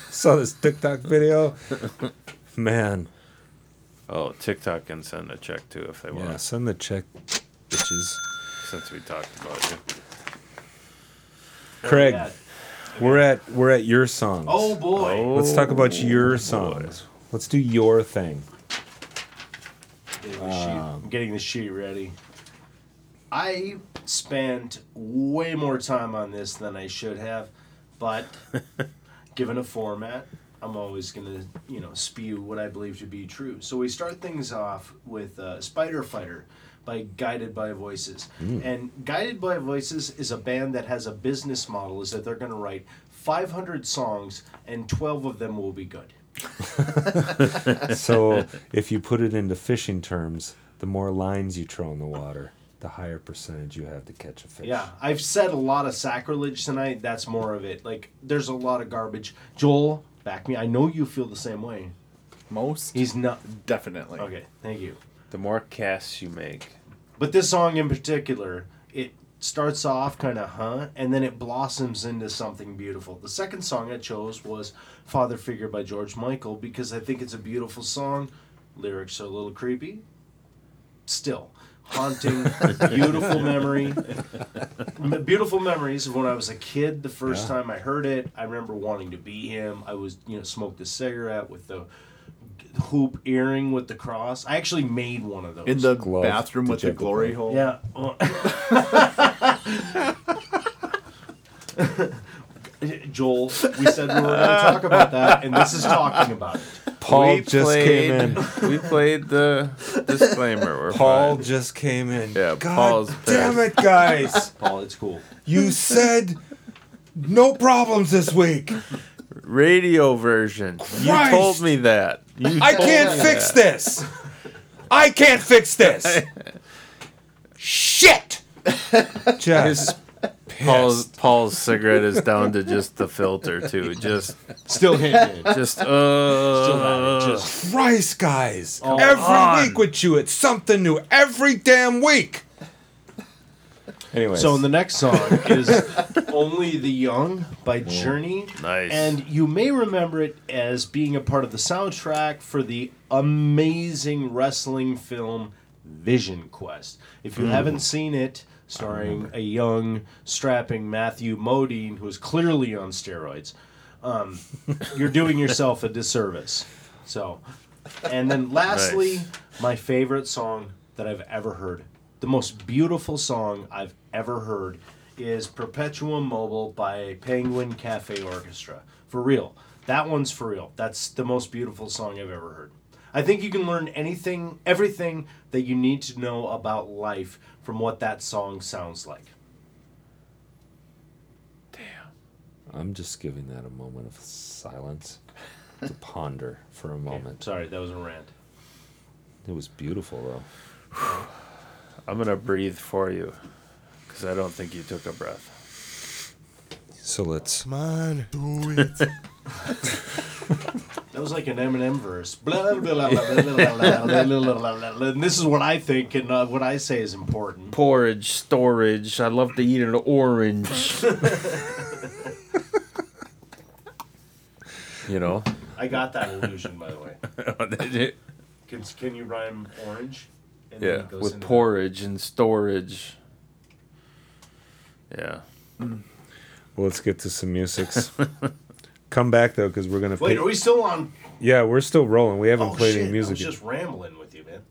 Saw this TikTok video. Man.
oh, TikTok can send a check too if they want.
Yeah, send the check, bitches.
Since we talked about it.
Craig,
Yeah.
we're at we're at your songs.
Oh boy.
Let's talk about your songs. Let's do your thing.
Getting the sheet- I'm getting the sheet ready. I spent way more time on this than I should have, but given a format, I'm always gonna you know spew what I believe to be true. So we start things off with uh, Spider Fighter by Guided by Voices, and Guided by Voices is a band that has a business model is that they're gonna write 500 songs and 12 of them will be good.
So if you put it into fishing terms, the more lines you throw in the water, the higher percentage you have to catch a fish.
Yeah, I've said a lot of sacrilege tonight. That's more of it. Like, there's a lot of garbage. Joel, back me. I know you feel the same way.
Most
He's not.
definitely.
Okay, thank you.
The more casts you make,
But this song in particular, it starts off kind of huh, and then it blossoms into something beautiful. The second song I chose was Father Figure by George Michael because I think it's a beautiful song. Lyrics are a little creepy. Still, haunting, beautiful memory. M- beautiful memories of when I was a kid. The first time I heard it, I remember wanting to be him. I was, you know, smoked a cigarette with the hoop earring with the cross. I actually made one of those.
In the
Glove
bathroom
to
with the
check the
glory
glove.
hole.
Yeah. well- Joel, we said we were going to talk about that, and this is talking about it.
Paul
We
just came
<laughs>
in.
we played the disclaimer. We're
Paul
fine.
just came in.
Yeah,
God
Paul's
damn
pissed.
it, guys!
Paul, it's cool.
<laughs>
You said no problems this week.
radio version. You
Christ.
told me that. You
I
told
can't
me
fix
that.
this. I can't fix this.
<laughs>
Shit. Just
Paul's Paul's cigarette is down to just the filter <laughs> too. Just
Still hitting it.
just uh
Still at it. Just,
Christ, guys. every week with you, it's something new. Every damn week. Anyway,
so the next song is "Only the Young" by Journey.
Nice.
And you may remember it as being a part of the soundtrack for the amazing wrestling film Vision Quest. If you haven't seen it, starring a young, strapping Matthew Modine, who is clearly on steroids, um, you're doing yourself a disservice. So, and then lastly,
Nice.
my favorite song that I've ever heard, the most beautiful song I've ever heard, is Perpetuum Mobile by Penguin Cafe Orchestra. For real. That one's for real. That's the most beautiful song I've ever heard. I think you can learn anything, everything that you need to know about life from what that song sounds like.
I'm just giving that a moment of silence to ponder for a moment.
Sorry, that was a rant.
It was beautiful, though.
I'm gonna breathe for you, because I don't think you took a breath.
So let's.
That was like an Eminem verse. <laughs> Blah, blah, blah, blah, blah, blah, blah, blah, blah, blah, blah, blah. And this is what I think, and uh, what I say is important.
Porridge, storage. I love to eat an orange.
<laughs>
you know.
I got that illusion, by the way.
yeah,
Can, can you rhyme orange? And it goes
with
into-
porridge and storage. Yeah.
Well, let's get to some musics. <laughs> Come back though, because we're gonna.
Wait,
pick-
are we still on?
Yeah, we're still rolling. We haven't
Oh,
played
shit.
any music.
I
yet.
was just rambling with you, man.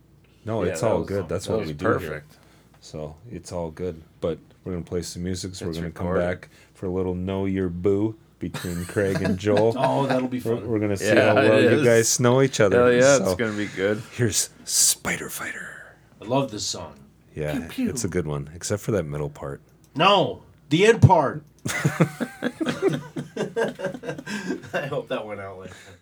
No,
Yeah,
Oh, it's
that
all
was-
good. That's
that
what
was
we do here.
Perfect.
So it's all good. But we're gonna play some music. So we're
It's
gonna come
recorded.
back for a little know your boo between Craig
<laughs>
and Joel.
Oh, that'll
<laughs>
be
We're,
fun.
we're gonna see
Yeah,
how well
it
you
is.
guys know each other.
Hell yeah,
So
it's gonna be good.
here's Spider Fighter.
I love this song.
Yeah, it's a good one, except for that middle part.
No,
<laughs>
the <laughs> end part. I hope that went out like that.